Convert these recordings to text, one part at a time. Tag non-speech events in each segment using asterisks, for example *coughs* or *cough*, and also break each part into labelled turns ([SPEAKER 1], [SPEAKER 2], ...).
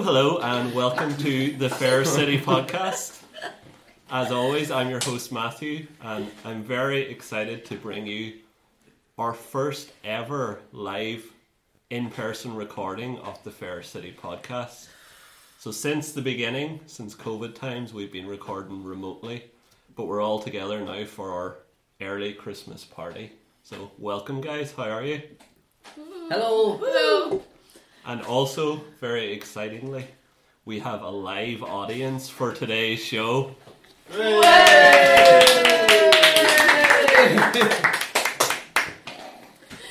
[SPEAKER 1] and welcome to the Fair City podcast. As always, I'm your host Matthew, and I'm very excited to bring you our first ever live in person recording of the Fair City podcast. So, since the beginning, since COVID times, we've been recording remotely, but we're all together now for our early Christmas party. So, welcome, guys. How are you?
[SPEAKER 2] Hello.
[SPEAKER 1] And also, very excitingly, we have a live audience for today's show.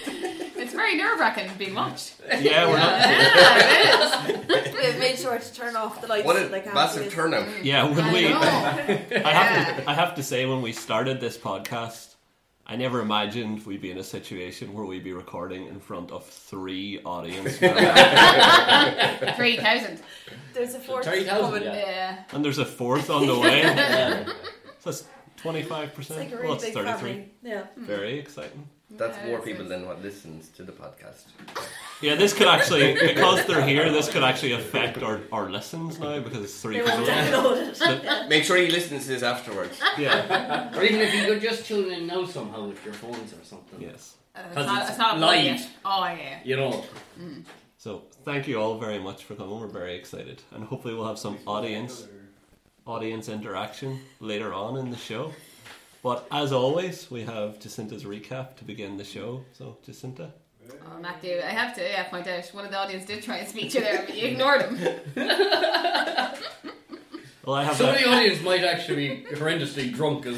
[SPEAKER 3] It's very nerve wracking being watched.
[SPEAKER 1] Yeah, we're not.
[SPEAKER 3] Yeah, it is.
[SPEAKER 4] We've made sure to turn off the lights.
[SPEAKER 2] What a
[SPEAKER 4] like half
[SPEAKER 2] massive
[SPEAKER 4] this.
[SPEAKER 2] turnout.
[SPEAKER 1] Yeah, when we, I
[SPEAKER 3] I know.
[SPEAKER 1] have, to, I have to say, when we started this podcast, I never imagined we'd be in a situation where we'd be recording in front of three audience
[SPEAKER 4] *laughs*
[SPEAKER 1] members,
[SPEAKER 3] 3,000.
[SPEAKER 4] There's a fourth
[SPEAKER 5] 30,000,
[SPEAKER 3] Oh,
[SPEAKER 4] coming.
[SPEAKER 5] yeah.
[SPEAKER 3] Yeah.
[SPEAKER 1] and there's a fourth on the way. So that's twenty five
[SPEAKER 4] It's like
[SPEAKER 1] percent.
[SPEAKER 4] a really
[SPEAKER 1] Well, it's
[SPEAKER 4] big
[SPEAKER 1] thirty three.
[SPEAKER 4] family. Yeah.
[SPEAKER 1] Very exciting.
[SPEAKER 2] That's
[SPEAKER 3] Yeah,
[SPEAKER 2] more
[SPEAKER 3] it's
[SPEAKER 2] people
[SPEAKER 3] nice.
[SPEAKER 2] than what listens to the podcast.
[SPEAKER 1] Yeah, this could actually, because they're here, this could actually affect our, our listens now because it's three
[SPEAKER 4] They
[SPEAKER 1] people.
[SPEAKER 4] won't download it.
[SPEAKER 2] Make sure you listen to this afterwards.
[SPEAKER 1] Yeah.
[SPEAKER 5] Or even if you could just tune in now somehow with your phones or something.
[SPEAKER 1] Yes.
[SPEAKER 3] Uh, it's,
[SPEAKER 5] 'Cause
[SPEAKER 3] not,
[SPEAKER 5] it's
[SPEAKER 3] it's not a
[SPEAKER 5] live.
[SPEAKER 3] live. Oh, yeah.
[SPEAKER 5] You know,
[SPEAKER 1] So thank you all very much for coming. We're very excited, and hopefully we'll have some audience audience interaction later on in the show. But as always, we have Jacinta's recap to begin the show. So Jacinta,
[SPEAKER 3] Oh, Matthew, I have to yeah, point out one of the audience did try and speak to you there, but you ignored him.
[SPEAKER 1] well, I have
[SPEAKER 5] some of
[SPEAKER 1] that.
[SPEAKER 5] the audience might actually be horrendously drunk as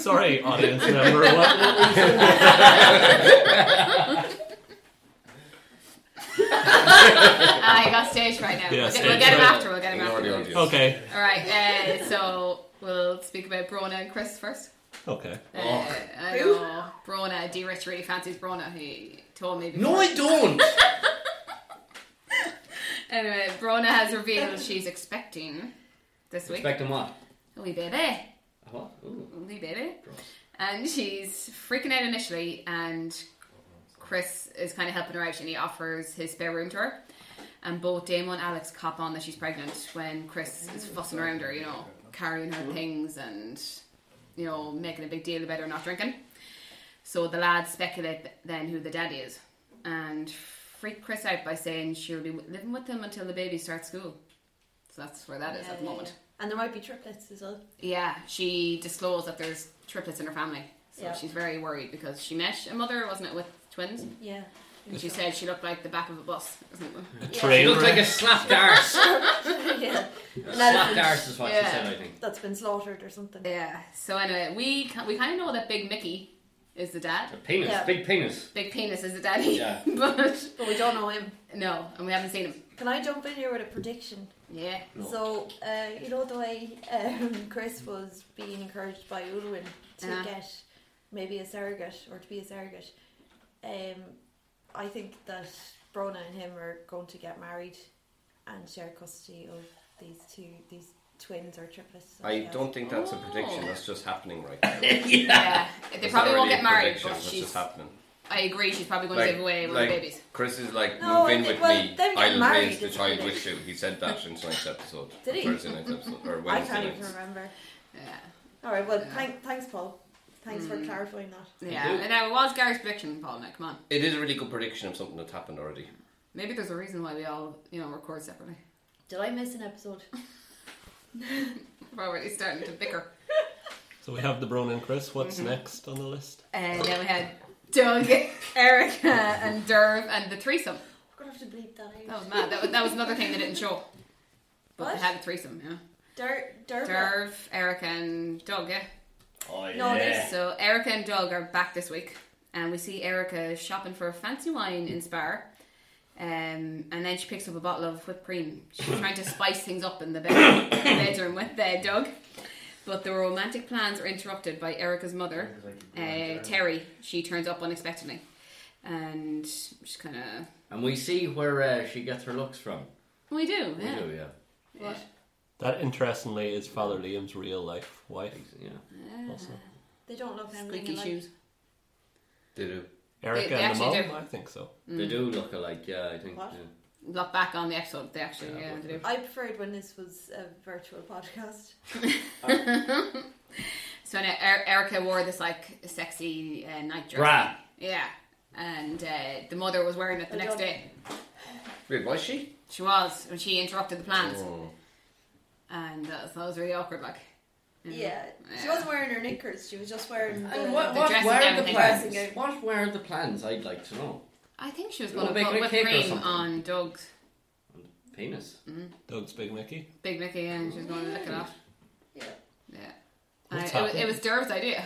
[SPEAKER 1] *laughs* Sorry, audience member. What, what was it?
[SPEAKER 3] I got staged right now.
[SPEAKER 1] Yeah,
[SPEAKER 3] we'll, get,
[SPEAKER 1] staged
[SPEAKER 3] we'll get him
[SPEAKER 1] right.
[SPEAKER 3] after. We'll get him
[SPEAKER 2] Ignore the
[SPEAKER 3] after.
[SPEAKER 2] audience.
[SPEAKER 1] Okay,
[SPEAKER 3] All right. Uh, so we'll speak about Brona and Chris first.
[SPEAKER 1] okay.
[SPEAKER 3] Uh,
[SPEAKER 5] Oh.
[SPEAKER 3] I know Brona. D. Rich really fancies Brona. He told me. Before.
[SPEAKER 5] No, I don't.
[SPEAKER 3] Anyway, Brona has revealed she's expecting this week.
[SPEAKER 5] Expect them what?
[SPEAKER 3] a wee baby.
[SPEAKER 5] What? Ooh.
[SPEAKER 3] Wee baby.
[SPEAKER 5] Gross.
[SPEAKER 3] And she's freaking out initially, and Chris is kind of helping her out, and he offers his spare room to her. And both Damon and Alex cop on that she's pregnant when Chris is fussing around her, you know, carrying her things and, you know, making a big deal about her not drinking. So the lads speculate then who the daddy is and freak Chris out by saying she'll be living with him until the baby starts school. So that's where that is at the moment.
[SPEAKER 4] Um, And there might be triplets as well.
[SPEAKER 3] Yeah, she disclosed that there's triplets in her family. So
[SPEAKER 4] Yeah.
[SPEAKER 3] she's very worried because she met a mother, wasn't it, with twins?
[SPEAKER 4] Yeah.
[SPEAKER 3] And she said she looked like the back of a bus. or something.
[SPEAKER 1] A
[SPEAKER 4] Yeah.
[SPEAKER 5] She
[SPEAKER 1] train
[SPEAKER 5] looked like
[SPEAKER 1] wreck.
[SPEAKER 5] a slapped arse.
[SPEAKER 4] *laughs* yeah.
[SPEAKER 5] slapped arse is what she
[SPEAKER 3] Yeah.
[SPEAKER 5] said, I think.
[SPEAKER 4] That's been slaughtered or something.
[SPEAKER 3] yeah. So anyway, we ca- we kind of know that Big Mickey is the dad.
[SPEAKER 5] A penis,
[SPEAKER 4] Yeah.
[SPEAKER 5] big penis.
[SPEAKER 3] Big Penis is the daddy.
[SPEAKER 5] Yeah.
[SPEAKER 3] *laughs* but
[SPEAKER 4] But we don't know him.
[SPEAKER 3] no, and we haven't seen him.
[SPEAKER 4] Can I jump in here with a prediction?
[SPEAKER 3] Yeah.
[SPEAKER 5] No.
[SPEAKER 4] So, uh, you know the way um, *laughs* Chris was being encouraged by Ulwin to
[SPEAKER 3] Uh-huh.
[SPEAKER 4] get maybe a surrogate or to be a surrogate? Um, I think that Brona and him are going to get married and share custody of these two, these twins or triplets.
[SPEAKER 2] I
[SPEAKER 4] guess.
[SPEAKER 2] don't think that's a prediction. That's just happening
[SPEAKER 3] *laughs*
[SPEAKER 2] right now.
[SPEAKER 3] Yeah. They
[SPEAKER 2] It's
[SPEAKER 3] Oh. probably
[SPEAKER 2] not
[SPEAKER 3] won't
[SPEAKER 2] really
[SPEAKER 3] get
[SPEAKER 2] a
[SPEAKER 3] married,
[SPEAKER 2] prediction,
[SPEAKER 3] but
[SPEAKER 2] That's
[SPEAKER 3] she's.
[SPEAKER 2] just happening.
[SPEAKER 3] I agree, she's probably going to give away one of the babies.
[SPEAKER 2] Chris is like,
[SPEAKER 4] No,
[SPEAKER 2] move in
[SPEAKER 4] and they-
[SPEAKER 2] with
[SPEAKER 4] well,
[SPEAKER 2] me.
[SPEAKER 4] them get
[SPEAKER 2] I'll
[SPEAKER 4] married
[SPEAKER 2] raise the
[SPEAKER 4] is
[SPEAKER 2] child
[SPEAKER 4] something.
[SPEAKER 2] with you. He said that in tonight's episode.
[SPEAKER 4] Did he?
[SPEAKER 2] Thursday night's episode or
[SPEAKER 4] I
[SPEAKER 2] Wednesday
[SPEAKER 4] can't
[SPEAKER 2] night's.
[SPEAKER 4] even remember.
[SPEAKER 3] Yeah.
[SPEAKER 4] All right, well,
[SPEAKER 3] Yeah.
[SPEAKER 4] thank, thanks, Paul. Thanks for clarifying that.
[SPEAKER 3] Yeah.
[SPEAKER 5] do.
[SPEAKER 3] And now it was Gary's prediction, Paul. Now, come on.
[SPEAKER 2] It is a really good prediction of something that's happened already.
[SPEAKER 3] Maybe there's a reason why we all, you know, record separately. *laughs*
[SPEAKER 4] Did I miss an episode?
[SPEAKER 3] We're already starting to bicker.
[SPEAKER 1] So we have the Bronin Chris. What's next on the list?
[SPEAKER 3] And then we had Doug, *laughs* Erica, and Derv, and the threesome.
[SPEAKER 4] We're going to have to bleep that
[SPEAKER 3] That
[SPEAKER 4] out.
[SPEAKER 3] was mad. That was, that was another thing they didn't show. But
[SPEAKER 4] What?
[SPEAKER 3] they had a threesome, yeah.
[SPEAKER 4] Dur- Durbar.
[SPEAKER 3] Derv, Erica, and Doug, yeah.
[SPEAKER 5] Oh, yeah.
[SPEAKER 4] No, there's-
[SPEAKER 3] So Erica and Doug are back this week, and we see Erica shopping for fancy wine in Spar. Um, and then she picks up a bottle of whipped cream. She's trying to spice things up in the bed- *coughs* bedroom with uh, Doug. But the romantic plans are interrupted by Erica's mother, uh, Terry. She turns up unexpectedly. And she's kind of.
[SPEAKER 5] And we see where uh, she gets her looks from.
[SPEAKER 3] We do,
[SPEAKER 5] We
[SPEAKER 3] yeah.
[SPEAKER 5] do, yeah.
[SPEAKER 3] Yeah.
[SPEAKER 1] That interestingly is Father Liam's real life wife.
[SPEAKER 5] Yeah.
[SPEAKER 1] Also,
[SPEAKER 4] They don't look anything
[SPEAKER 3] Squeaky
[SPEAKER 4] like
[SPEAKER 3] shoes.
[SPEAKER 2] Did it?
[SPEAKER 1] Erica and the
[SPEAKER 3] actually
[SPEAKER 1] mom.
[SPEAKER 3] do.
[SPEAKER 1] I think so.
[SPEAKER 5] They do look alike, yeah, I think.
[SPEAKER 4] What?
[SPEAKER 5] yeah.
[SPEAKER 3] look back on the episode. They actually
[SPEAKER 2] Yeah,
[SPEAKER 3] yeah,
[SPEAKER 2] but-
[SPEAKER 3] they do.
[SPEAKER 4] I preferred when this was a virtual podcast.
[SPEAKER 3] So now er- Erica wore this like sexy uh, night dress.
[SPEAKER 5] Bra.
[SPEAKER 3] Yeah, and uh, the mother was wearing it the
[SPEAKER 4] I
[SPEAKER 3] next
[SPEAKER 4] don't-
[SPEAKER 3] day.
[SPEAKER 2] Wait, was she?
[SPEAKER 3] She was when she interrupted the plans,
[SPEAKER 2] Oh.
[SPEAKER 3] and uh, so that was really awkward. Like, you know.
[SPEAKER 4] Yeah. She wasn't wearing her knickers, she was just wearing the,
[SPEAKER 5] And what,
[SPEAKER 3] The
[SPEAKER 5] what
[SPEAKER 3] dressing gown
[SPEAKER 5] were the
[SPEAKER 3] thing.
[SPEAKER 5] plans?
[SPEAKER 4] Dressing
[SPEAKER 5] What were the plans? I'd like to know.
[SPEAKER 3] I think she was
[SPEAKER 5] Well,
[SPEAKER 3] going to
[SPEAKER 5] making
[SPEAKER 3] put
[SPEAKER 5] a
[SPEAKER 3] whipped
[SPEAKER 5] cake or
[SPEAKER 3] cream
[SPEAKER 5] something.
[SPEAKER 3] on Doug's
[SPEAKER 5] Penis.
[SPEAKER 1] Doug's Big Mickey.
[SPEAKER 3] Big Mickey, and she was going to lick it off.
[SPEAKER 4] Yeah.
[SPEAKER 3] Yeah.
[SPEAKER 1] What's
[SPEAKER 3] I- it, was,
[SPEAKER 1] happening?
[SPEAKER 3] it was Derv's idea.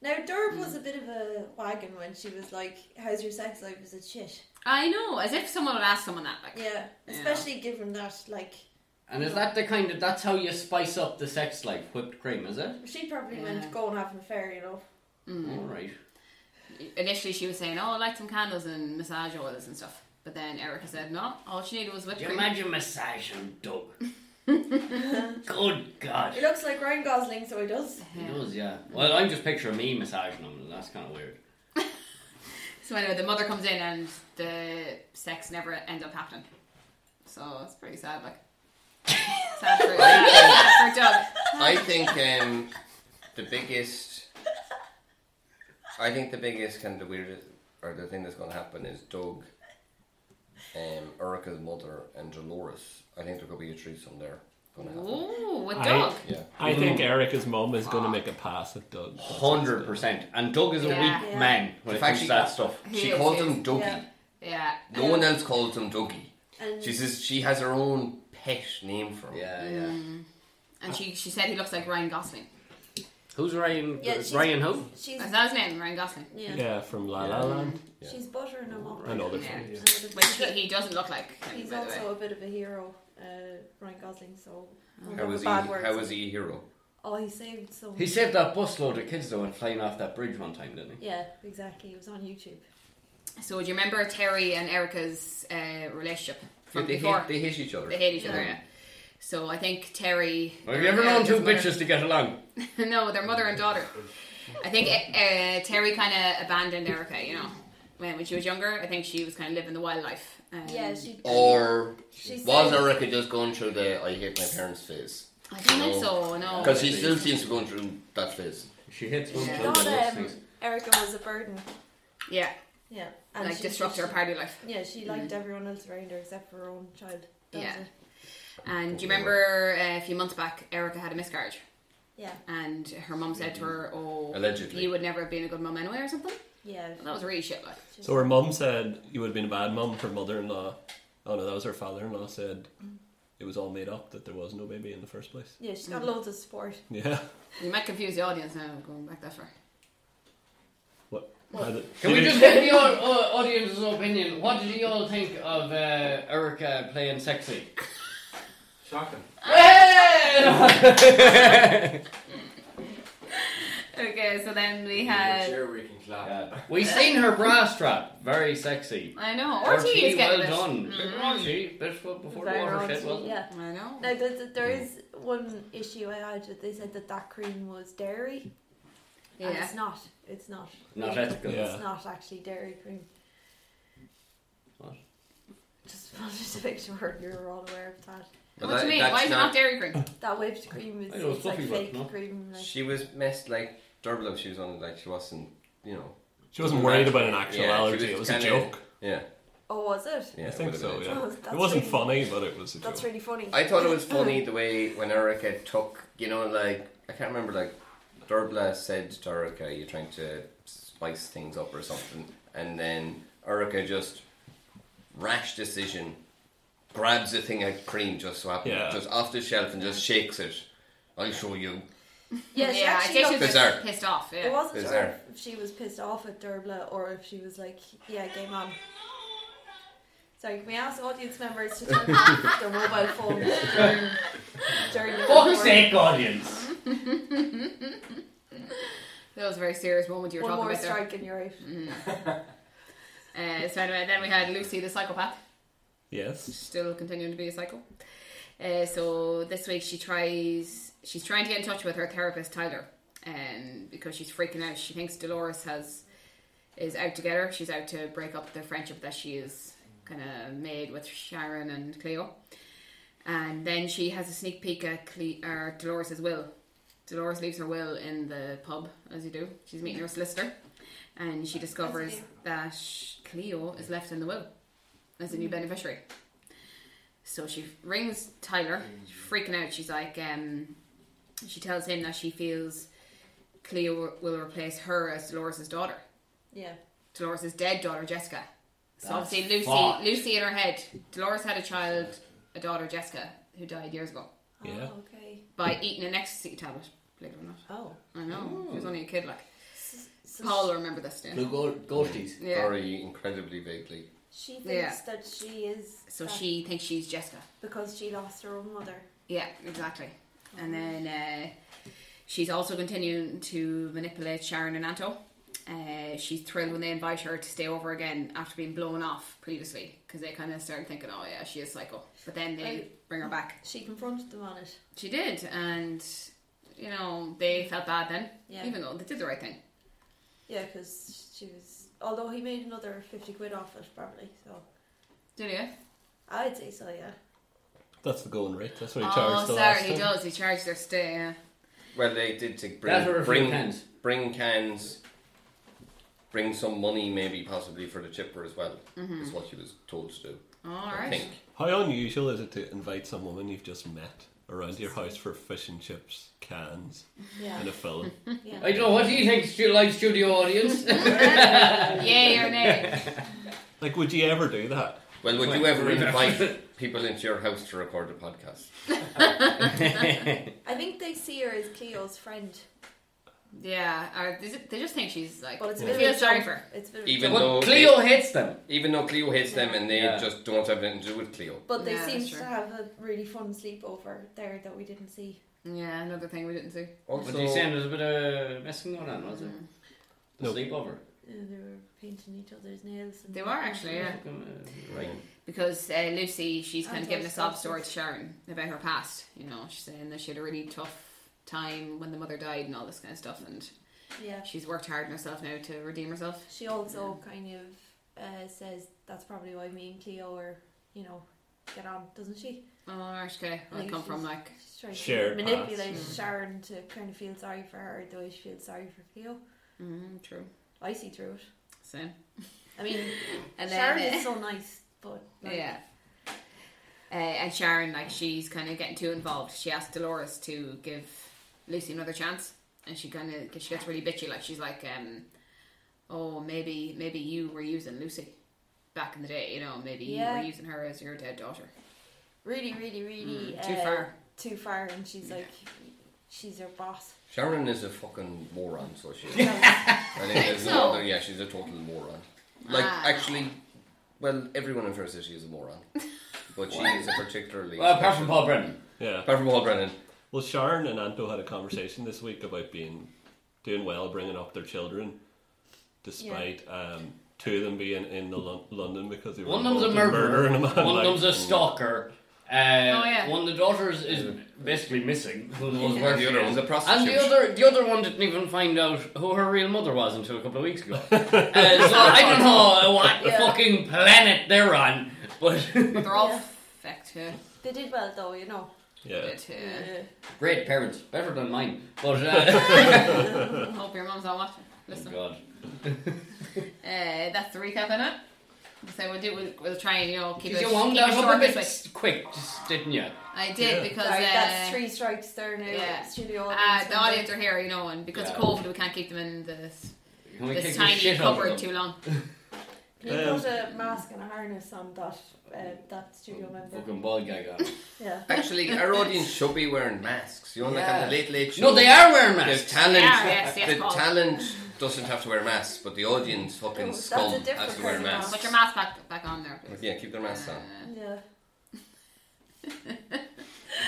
[SPEAKER 4] Now Durb
[SPEAKER 3] Mm.
[SPEAKER 4] was a bit of a wagon when she was like, How's your sex life? Is it shit?
[SPEAKER 3] I know, as if someone would ask someone that. Like,
[SPEAKER 4] Yeah.
[SPEAKER 3] Yeah.
[SPEAKER 4] Especially given that like
[SPEAKER 5] And is that the kind of that's how you spice up the sex life? Whipped cream, is it?
[SPEAKER 4] she probably
[SPEAKER 3] Yeah.
[SPEAKER 4] meant go and have an affair, you know.
[SPEAKER 5] All right.
[SPEAKER 3] initially she was saying, "Oh, I like some candles and massage oils and stuff," but then Erica said, "No, all she needed was whipped
[SPEAKER 5] Do you
[SPEAKER 3] cream."
[SPEAKER 5] imagine massaging *laughs* Doug? Good God.
[SPEAKER 4] He looks like Ryan Gosling, so he does.
[SPEAKER 5] He does, yeah. Well, I'm just picturing me massaging him, and that's kind of weird.
[SPEAKER 3] So anyway, the mother comes in and the sex never ends up happening. So it's pretty sad, like. sad for, sad for Doug.
[SPEAKER 2] I think um, the biggest. I think the biggest kind of the weirdest or the thing that's going to happen is Doug, um, Erica's mother, and Dolores. I think there could be a threesome there. Going to happen.
[SPEAKER 3] Ooh, with
[SPEAKER 1] I-
[SPEAKER 3] Doug.
[SPEAKER 2] Yeah.
[SPEAKER 1] I think Erica's mum is going to make a pass at Doug.
[SPEAKER 5] Hundred percent. And Doug is a
[SPEAKER 3] Yeah.
[SPEAKER 5] weak
[SPEAKER 4] Yeah.
[SPEAKER 5] man when it
[SPEAKER 2] fact,
[SPEAKER 5] comes
[SPEAKER 2] she-
[SPEAKER 5] to that stuff.
[SPEAKER 3] He
[SPEAKER 2] She
[SPEAKER 3] is,
[SPEAKER 2] calls
[SPEAKER 3] he
[SPEAKER 2] him
[SPEAKER 3] is.
[SPEAKER 2] Dougie.
[SPEAKER 4] Yeah. Mm.
[SPEAKER 3] Yeah.
[SPEAKER 2] No one else calls him Dougie.
[SPEAKER 4] And
[SPEAKER 2] She says she has her own pet name for him.
[SPEAKER 5] Yeah, yeah.
[SPEAKER 3] And she, she said he looks like Ryan Gosling.
[SPEAKER 5] Who's Ryan? uh,
[SPEAKER 4] Yeah, she's-
[SPEAKER 5] Ryan who?
[SPEAKER 4] she's
[SPEAKER 3] Is that his name? Ryan Gosling.
[SPEAKER 4] yeah.
[SPEAKER 1] Yeah, from La La Land.
[SPEAKER 2] Yeah.
[SPEAKER 4] She's buttering him up.
[SPEAKER 1] I know they're
[SPEAKER 3] Yeah.
[SPEAKER 1] from.
[SPEAKER 3] Which he, he doesn't look like him,
[SPEAKER 4] He's
[SPEAKER 3] by the way. Oh.
[SPEAKER 4] also a bit of a hero, uh, Ryan Gosling. So we'll
[SPEAKER 2] How
[SPEAKER 4] have a
[SPEAKER 2] is he?
[SPEAKER 4] bad word.
[SPEAKER 2] How is he a hero?
[SPEAKER 4] Oh, he saved so.
[SPEAKER 5] He saved that busload of kids though and flying off that bridge one time, didn't he?
[SPEAKER 4] Yeah, exactly. He was on YouTube.
[SPEAKER 3] So do you remember Terry and Erica's uh, relationship from
[SPEAKER 2] they,
[SPEAKER 3] before?
[SPEAKER 2] hate, they hate each other.
[SPEAKER 3] They hate each other, yeah. So I think Terry.
[SPEAKER 5] Have you ever known two
[SPEAKER 3] Erica's
[SPEAKER 5] bitches to get along?
[SPEAKER 3] mother- *laughs* no, their mother and daughter. I think uh, uh, Terry kind of abandoned Erica, you know, when, when she was younger. I think she was kind of living the wild life. Um,
[SPEAKER 4] Yeah, she.
[SPEAKER 2] Or
[SPEAKER 4] She
[SPEAKER 2] was
[SPEAKER 4] said-
[SPEAKER 2] Erica just going through the I hate my parents phase?
[SPEAKER 3] I don't think so. No,
[SPEAKER 2] Because she still seems to go through that phase.
[SPEAKER 5] She hits
[SPEAKER 4] she
[SPEAKER 5] one
[SPEAKER 3] Yeah.
[SPEAKER 5] club and
[SPEAKER 4] thought
[SPEAKER 5] those
[SPEAKER 4] um,
[SPEAKER 5] things.
[SPEAKER 4] Erica was a burden.
[SPEAKER 3] yeah,
[SPEAKER 4] Yeah,
[SPEAKER 3] like
[SPEAKER 4] she-
[SPEAKER 3] disrupt
[SPEAKER 4] she-
[SPEAKER 3] her party life.
[SPEAKER 4] Yeah, she
[SPEAKER 5] Mm-hmm.
[SPEAKER 4] liked everyone else around her except for her own child. That was
[SPEAKER 3] Yeah.
[SPEAKER 4] it.
[SPEAKER 3] And do you remember uh, a few months back, Erica had a miscarriage,
[SPEAKER 4] yeah,
[SPEAKER 3] and her mum said to
[SPEAKER 5] Mm-hmm.
[SPEAKER 3] her, "Oh,
[SPEAKER 2] Allegedly.
[SPEAKER 3] you would never have been a good mum anyway, or something."
[SPEAKER 4] yeah.
[SPEAKER 3] And that was really shit. Like,
[SPEAKER 1] So her mum said you would have been a bad mum. Her mother-in-law, oh no, that was her father-in-law said it was all made up that there was no baby in the first place. *laughs*
[SPEAKER 4] Yeah, she's
[SPEAKER 5] Mm.
[SPEAKER 4] got loads of support.
[SPEAKER 1] Yeah.
[SPEAKER 3] you might confuse the audience now going back that far.
[SPEAKER 1] What? how the-
[SPEAKER 5] Can we just get the au- au- audience's opinion? What did you all think of uh, Erica playing sexy?
[SPEAKER 6] Shocking.
[SPEAKER 3] *laughs* Okay, so then we
[SPEAKER 6] Yeah.
[SPEAKER 3] had.
[SPEAKER 6] Chair where you can clap.
[SPEAKER 5] we seen her bra strap, very sexy.
[SPEAKER 3] I know. RT
[SPEAKER 5] well
[SPEAKER 3] is getting Mm-hmm. it.
[SPEAKER 5] done. Bit raunchy, bit f- before the
[SPEAKER 4] Very
[SPEAKER 5] water
[SPEAKER 4] wrong
[SPEAKER 5] shed
[SPEAKER 4] to-
[SPEAKER 5] wasn't. it? Mm.
[SPEAKER 4] yeah.
[SPEAKER 3] I know.
[SPEAKER 4] Now, there, there- there is one issue I had that they said that that cream was dairy, and
[SPEAKER 3] Yeah.
[SPEAKER 4] it's not. It's not.
[SPEAKER 5] Not ethical.
[SPEAKER 1] Yeah.
[SPEAKER 4] It's not actually dairy cream.
[SPEAKER 5] What?
[SPEAKER 4] Just *laughs* wanted to make sure you were all aware of that.
[SPEAKER 3] what do
[SPEAKER 2] But that-
[SPEAKER 3] you mean?
[SPEAKER 2] that's
[SPEAKER 3] Why is it not dairy cream?
[SPEAKER 4] That whipped cream is
[SPEAKER 5] I know,
[SPEAKER 4] it's like
[SPEAKER 5] fluffy one,
[SPEAKER 4] fake
[SPEAKER 5] no?
[SPEAKER 4] cream. Like,
[SPEAKER 2] She was messed like Durblo. She was on like she wasn't. You know.
[SPEAKER 1] She wasn't worried about an actual
[SPEAKER 2] Yeah, she
[SPEAKER 1] allergy.
[SPEAKER 2] was
[SPEAKER 1] it was a
[SPEAKER 2] kinda-
[SPEAKER 1] joke.
[SPEAKER 2] Yeah.
[SPEAKER 4] oh, was it?
[SPEAKER 2] Yeah.
[SPEAKER 1] I
[SPEAKER 2] it
[SPEAKER 1] think
[SPEAKER 2] would've
[SPEAKER 1] so.
[SPEAKER 2] been a
[SPEAKER 1] Yeah.
[SPEAKER 2] joke.
[SPEAKER 4] Oh, that's
[SPEAKER 1] it wasn't
[SPEAKER 4] really-
[SPEAKER 1] funny, but it was a
[SPEAKER 4] That's
[SPEAKER 1] joke.
[SPEAKER 4] really funny.
[SPEAKER 2] I thought
[SPEAKER 3] *clears throat*
[SPEAKER 4] *clears throat*
[SPEAKER 2] it was funny the way when Erica took. You know, like I can't remember. Like Durbla said to Erica, "You're trying to spice things up or something," and then Erica just rash decision grabs a thing of cream just so happened,
[SPEAKER 1] Yeah.
[SPEAKER 2] just off the shelf and just shakes it. I'll show you.
[SPEAKER 4] Yeah, she
[SPEAKER 3] I
[SPEAKER 4] actually
[SPEAKER 3] think she
[SPEAKER 4] looked,
[SPEAKER 3] was just
[SPEAKER 2] Bizarre.
[SPEAKER 3] pissed off. Yeah.
[SPEAKER 4] it wasn't sure
[SPEAKER 2] Bizarre.
[SPEAKER 4] if she was pissed off at Derbla or if she was like, yeah, game on. Sorry, can we ask audience members to turn off their mobile phones during, during the
[SPEAKER 5] Fuck's
[SPEAKER 4] recording?
[SPEAKER 5] sake, audience!
[SPEAKER 3] That was a very serious moment you were
[SPEAKER 4] One
[SPEAKER 3] talking
[SPEAKER 4] more
[SPEAKER 3] about Mm. there.
[SPEAKER 4] strike and you're out.
[SPEAKER 3] Uh, so anyway, then we had Lucy the psychopath,
[SPEAKER 1] Yes.
[SPEAKER 3] still continuing to be a psycho. Uh, so this week she tries, she's trying to get in touch with her therapist Tyler, um, because she's freaking out. She thinks Dolores has is out to get her. She's out to break up the friendship that she is kind of made with Sharon and Cleo. And then she has a sneak peek at Cle- or Dolores' will. Dolores leaves her will in the pub, as you do. She's meeting her solicitor, and she discovers that Cleo is left in the will as a new beneficiary. So she rings Tyler, freaking out. She's like, um, she tells him that she feels Cleo will replace her as Dolores' daughter.
[SPEAKER 4] Yeah.
[SPEAKER 3] Dolores' dead daughter, Jessica. So
[SPEAKER 5] That's
[SPEAKER 3] obviously Lucy,
[SPEAKER 5] fucked.
[SPEAKER 3] Lucy in her head. Dolores had a child, a daughter, Jessica, who died years ago
[SPEAKER 1] Yeah.
[SPEAKER 4] Oh, okay.
[SPEAKER 3] by eating an ecstasy tablet. Believe it or not,
[SPEAKER 4] Oh.
[SPEAKER 3] I know she was only a kid. Like
[SPEAKER 4] S- So
[SPEAKER 3] Paul will remember this. Dude.
[SPEAKER 5] Blue gold, ghosties.
[SPEAKER 3] Yeah.
[SPEAKER 2] Very incredibly vaguely.
[SPEAKER 4] She thinks
[SPEAKER 3] Yeah.
[SPEAKER 4] that she is.
[SPEAKER 3] So
[SPEAKER 4] that
[SPEAKER 3] she thinks she's Jessica.
[SPEAKER 4] Because she lost her own mother.
[SPEAKER 3] Yeah, exactly. And then uh, she's also continuing to manipulate Sharon and Anto. Uh, she's thrilled when they invite her to stay over again after being blown off previously because they kind of started thinking, oh yeah, she is psycho. But then they bring her back.
[SPEAKER 4] She confronted them on it.
[SPEAKER 3] She did, and you know they felt bad then,
[SPEAKER 4] Yeah.
[SPEAKER 3] even though they did the right thing.
[SPEAKER 4] Yeah, because she was. Although he made another 50 quid off it, probably. So
[SPEAKER 3] Did he?
[SPEAKER 4] I'd say so, yeah.
[SPEAKER 1] That's the going rate. That's what he
[SPEAKER 3] Oh,
[SPEAKER 1] charged the
[SPEAKER 3] sorry,
[SPEAKER 1] last
[SPEAKER 3] he
[SPEAKER 1] time.
[SPEAKER 3] does. He charged their stay. Yeah.
[SPEAKER 2] Well, they did to
[SPEAKER 5] That or a
[SPEAKER 2] bring
[SPEAKER 5] few
[SPEAKER 2] bring,
[SPEAKER 5] cans.
[SPEAKER 2] bring cans, bring some money maybe possibly for the chipper as well. Is what she was told to do.
[SPEAKER 3] Mm-hmm. All
[SPEAKER 2] I
[SPEAKER 3] right.
[SPEAKER 2] think.
[SPEAKER 1] How unusual is it to invite some woman you've just met around your house for fish and chips cans
[SPEAKER 4] Yeah.
[SPEAKER 1] and a film?
[SPEAKER 4] yeah.
[SPEAKER 5] I don't know, what do you think, stu- live studio *laughs* audience?
[SPEAKER 3] *laughs* Yay or nay?
[SPEAKER 1] like, would you ever do that?
[SPEAKER 2] Well, would you
[SPEAKER 5] Well,
[SPEAKER 2] ever
[SPEAKER 5] we've- *laughs*
[SPEAKER 2] invite people into your house to record a podcast?
[SPEAKER 4] I think they see her as Cleo's friend.
[SPEAKER 3] yeah, or they ju- they just think she's like.
[SPEAKER 4] But it's a
[SPEAKER 3] they
[SPEAKER 4] bit
[SPEAKER 3] feel
[SPEAKER 4] of a
[SPEAKER 3] sorry
[SPEAKER 4] jump.
[SPEAKER 3] for. her.
[SPEAKER 4] It's a bit of a
[SPEAKER 2] Even
[SPEAKER 4] jump.
[SPEAKER 2] though
[SPEAKER 5] but Cleo hates them.
[SPEAKER 2] Even though Cleo hates them and they
[SPEAKER 5] Yeah.
[SPEAKER 2] just don't have anything to do with Cleo.
[SPEAKER 4] But they
[SPEAKER 3] Yeah,
[SPEAKER 4] seem
[SPEAKER 3] that's
[SPEAKER 4] to
[SPEAKER 3] true.
[SPEAKER 4] have a really fun sleepover there that we didn't see.
[SPEAKER 3] Yeah, another thing we didn't see.
[SPEAKER 5] but you saying there's a bit of messing going on, was there? The
[SPEAKER 1] No.
[SPEAKER 5] sleepover.
[SPEAKER 4] Uh, they were painting each other's nails. And
[SPEAKER 3] They were actually, yeah.
[SPEAKER 5] Fucking, uh,
[SPEAKER 2] right.
[SPEAKER 3] Because uh, Lucy, she's kind
[SPEAKER 4] And
[SPEAKER 3] of giving a
[SPEAKER 4] also
[SPEAKER 3] sob
[SPEAKER 4] sausage.
[SPEAKER 3] story to Sharon about her past. You know, she's saying that she had a really tough time when the mother died and all this kind of stuff, and
[SPEAKER 4] Yeah.
[SPEAKER 3] she's worked hard on herself now to redeem herself.
[SPEAKER 4] She also kind of uh, says that's probably why me and Cleo are, you know, get on, doesn't she?
[SPEAKER 3] Oh, right, okay. Where I
[SPEAKER 4] Like,
[SPEAKER 3] come from,
[SPEAKER 4] she's-
[SPEAKER 3] like,
[SPEAKER 4] She's trying
[SPEAKER 1] Shared
[SPEAKER 4] to
[SPEAKER 1] past.
[SPEAKER 4] manipulate
[SPEAKER 3] Mm.
[SPEAKER 4] Sharon to kind of feel sorry for her the way she feels sorry for Cleo.
[SPEAKER 3] mm, true,
[SPEAKER 4] I see through it.
[SPEAKER 3] same.
[SPEAKER 4] I mean,
[SPEAKER 3] And
[SPEAKER 4] Sharon
[SPEAKER 3] then, uh,
[SPEAKER 4] is so nice, but like,
[SPEAKER 3] yeah. Uh, and Sharon, like, she's kind of getting too involved. She asked Dolores to give Lucy another chance, and she kind of she gets really bitchy. Like, she's like, um, "Oh, maybe maybe you were using Lucy back in the day. You know, maybe you
[SPEAKER 4] Yeah.
[SPEAKER 3] were using her as your dead daughter.
[SPEAKER 4] really, really, really
[SPEAKER 3] Mm, too
[SPEAKER 4] uh,
[SPEAKER 3] far.
[SPEAKER 4] Too far, and she's like, she's her
[SPEAKER 3] *laughs*
[SPEAKER 4] boss.
[SPEAKER 2] Sharon is a fucking moron, so she.
[SPEAKER 4] So,
[SPEAKER 2] Is. I think there's
[SPEAKER 3] So-
[SPEAKER 2] no other. Yeah, she's a total moron. Like
[SPEAKER 3] Ah.
[SPEAKER 2] actually, well, everyone in Fair City is a moron, but she is a particularly.
[SPEAKER 5] Well, apart
[SPEAKER 2] special-
[SPEAKER 5] from Paul Brennan.
[SPEAKER 1] Yeah.
[SPEAKER 2] Apart from Paul Brennan,
[SPEAKER 1] Well, Sharon and Anto had a conversation this week about being doing well, bringing up their children, despite um, two of them being in the Lon- London because they were
[SPEAKER 5] One of them's a
[SPEAKER 1] involved in
[SPEAKER 5] murderer,
[SPEAKER 1] murdering a man.
[SPEAKER 5] one
[SPEAKER 1] like,
[SPEAKER 5] of them's a stalker. Uh,
[SPEAKER 3] Oh, yeah.
[SPEAKER 5] One of the daughters is basically missing. Who knows where
[SPEAKER 2] and the
[SPEAKER 5] she
[SPEAKER 2] other
[SPEAKER 5] is.
[SPEAKER 2] one's a
[SPEAKER 5] And
[SPEAKER 2] prostitute.
[SPEAKER 5] the other, the other one didn't even find out who her real mother was until a couple
[SPEAKER 1] *laughs*
[SPEAKER 5] of weeks ago. uh, so I don't know what
[SPEAKER 4] Yeah.
[SPEAKER 5] fucking planet they're on, but *laughs*
[SPEAKER 3] But they're all
[SPEAKER 4] Yeah.
[SPEAKER 3] fecked. Yeah.
[SPEAKER 4] they did well though, you know.
[SPEAKER 1] Yeah.
[SPEAKER 3] Bit, yeah.
[SPEAKER 5] great parents, better than mine. But uh,
[SPEAKER 3] *laughs* Hope your mum's not watching.
[SPEAKER 5] oh
[SPEAKER 3] Listen, uh,
[SPEAKER 5] God,
[SPEAKER 3] that's the recap on it. So we'll do. We'll, we'll try and you know keep it,
[SPEAKER 5] you wound
[SPEAKER 3] keep
[SPEAKER 5] that
[SPEAKER 3] it
[SPEAKER 5] up a
[SPEAKER 3] short this
[SPEAKER 5] bit
[SPEAKER 3] week.
[SPEAKER 5] quick, just, didn't you?
[SPEAKER 3] I did
[SPEAKER 1] Yeah.
[SPEAKER 3] because
[SPEAKER 4] Sorry,
[SPEAKER 3] uh,
[SPEAKER 4] that's three strikes there now.
[SPEAKER 3] yeah.
[SPEAKER 4] Studio
[SPEAKER 3] Uh,
[SPEAKER 4] audience.
[SPEAKER 3] the audience are here, you know, and because
[SPEAKER 5] Yeah.
[SPEAKER 3] of COVID, we can't keep them in this,
[SPEAKER 5] Can we kick
[SPEAKER 3] this
[SPEAKER 5] the
[SPEAKER 3] tiny
[SPEAKER 5] shit out of
[SPEAKER 3] cupboard
[SPEAKER 5] them?
[SPEAKER 3] too long.
[SPEAKER 4] Can you
[SPEAKER 1] Um,
[SPEAKER 4] put a mask and a harness on that uh, that studio member?
[SPEAKER 5] Fucking bald guy got it.
[SPEAKER 4] Yeah.
[SPEAKER 2] actually,
[SPEAKER 3] *laughs*
[SPEAKER 2] our audience should be wearing masks. You know, like on
[SPEAKER 5] Yeah.
[SPEAKER 2] the Late Late Show.
[SPEAKER 5] No, they are wearing
[SPEAKER 2] The
[SPEAKER 5] masks.
[SPEAKER 2] talent,
[SPEAKER 3] Yeah, yes, yes,
[SPEAKER 2] the
[SPEAKER 3] Paul.
[SPEAKER 2] talent doesn't have to wear masks, but the audience fucking
[SPEAKER 4] Oh, that's a
[SPEAKER 2] scum
[SPEAKER 4] different
[SPEAKER 2] has to wear
[SPEAKER 4] kind of
[SPEAKER 2] masks.
[SPEAKER 3] Put your mask back, back on there, please.
[SPEAKER 2] Yeah, keep their masks on.
[SPEAKER 3] Uh,
[SPEAKER 4] Yeah.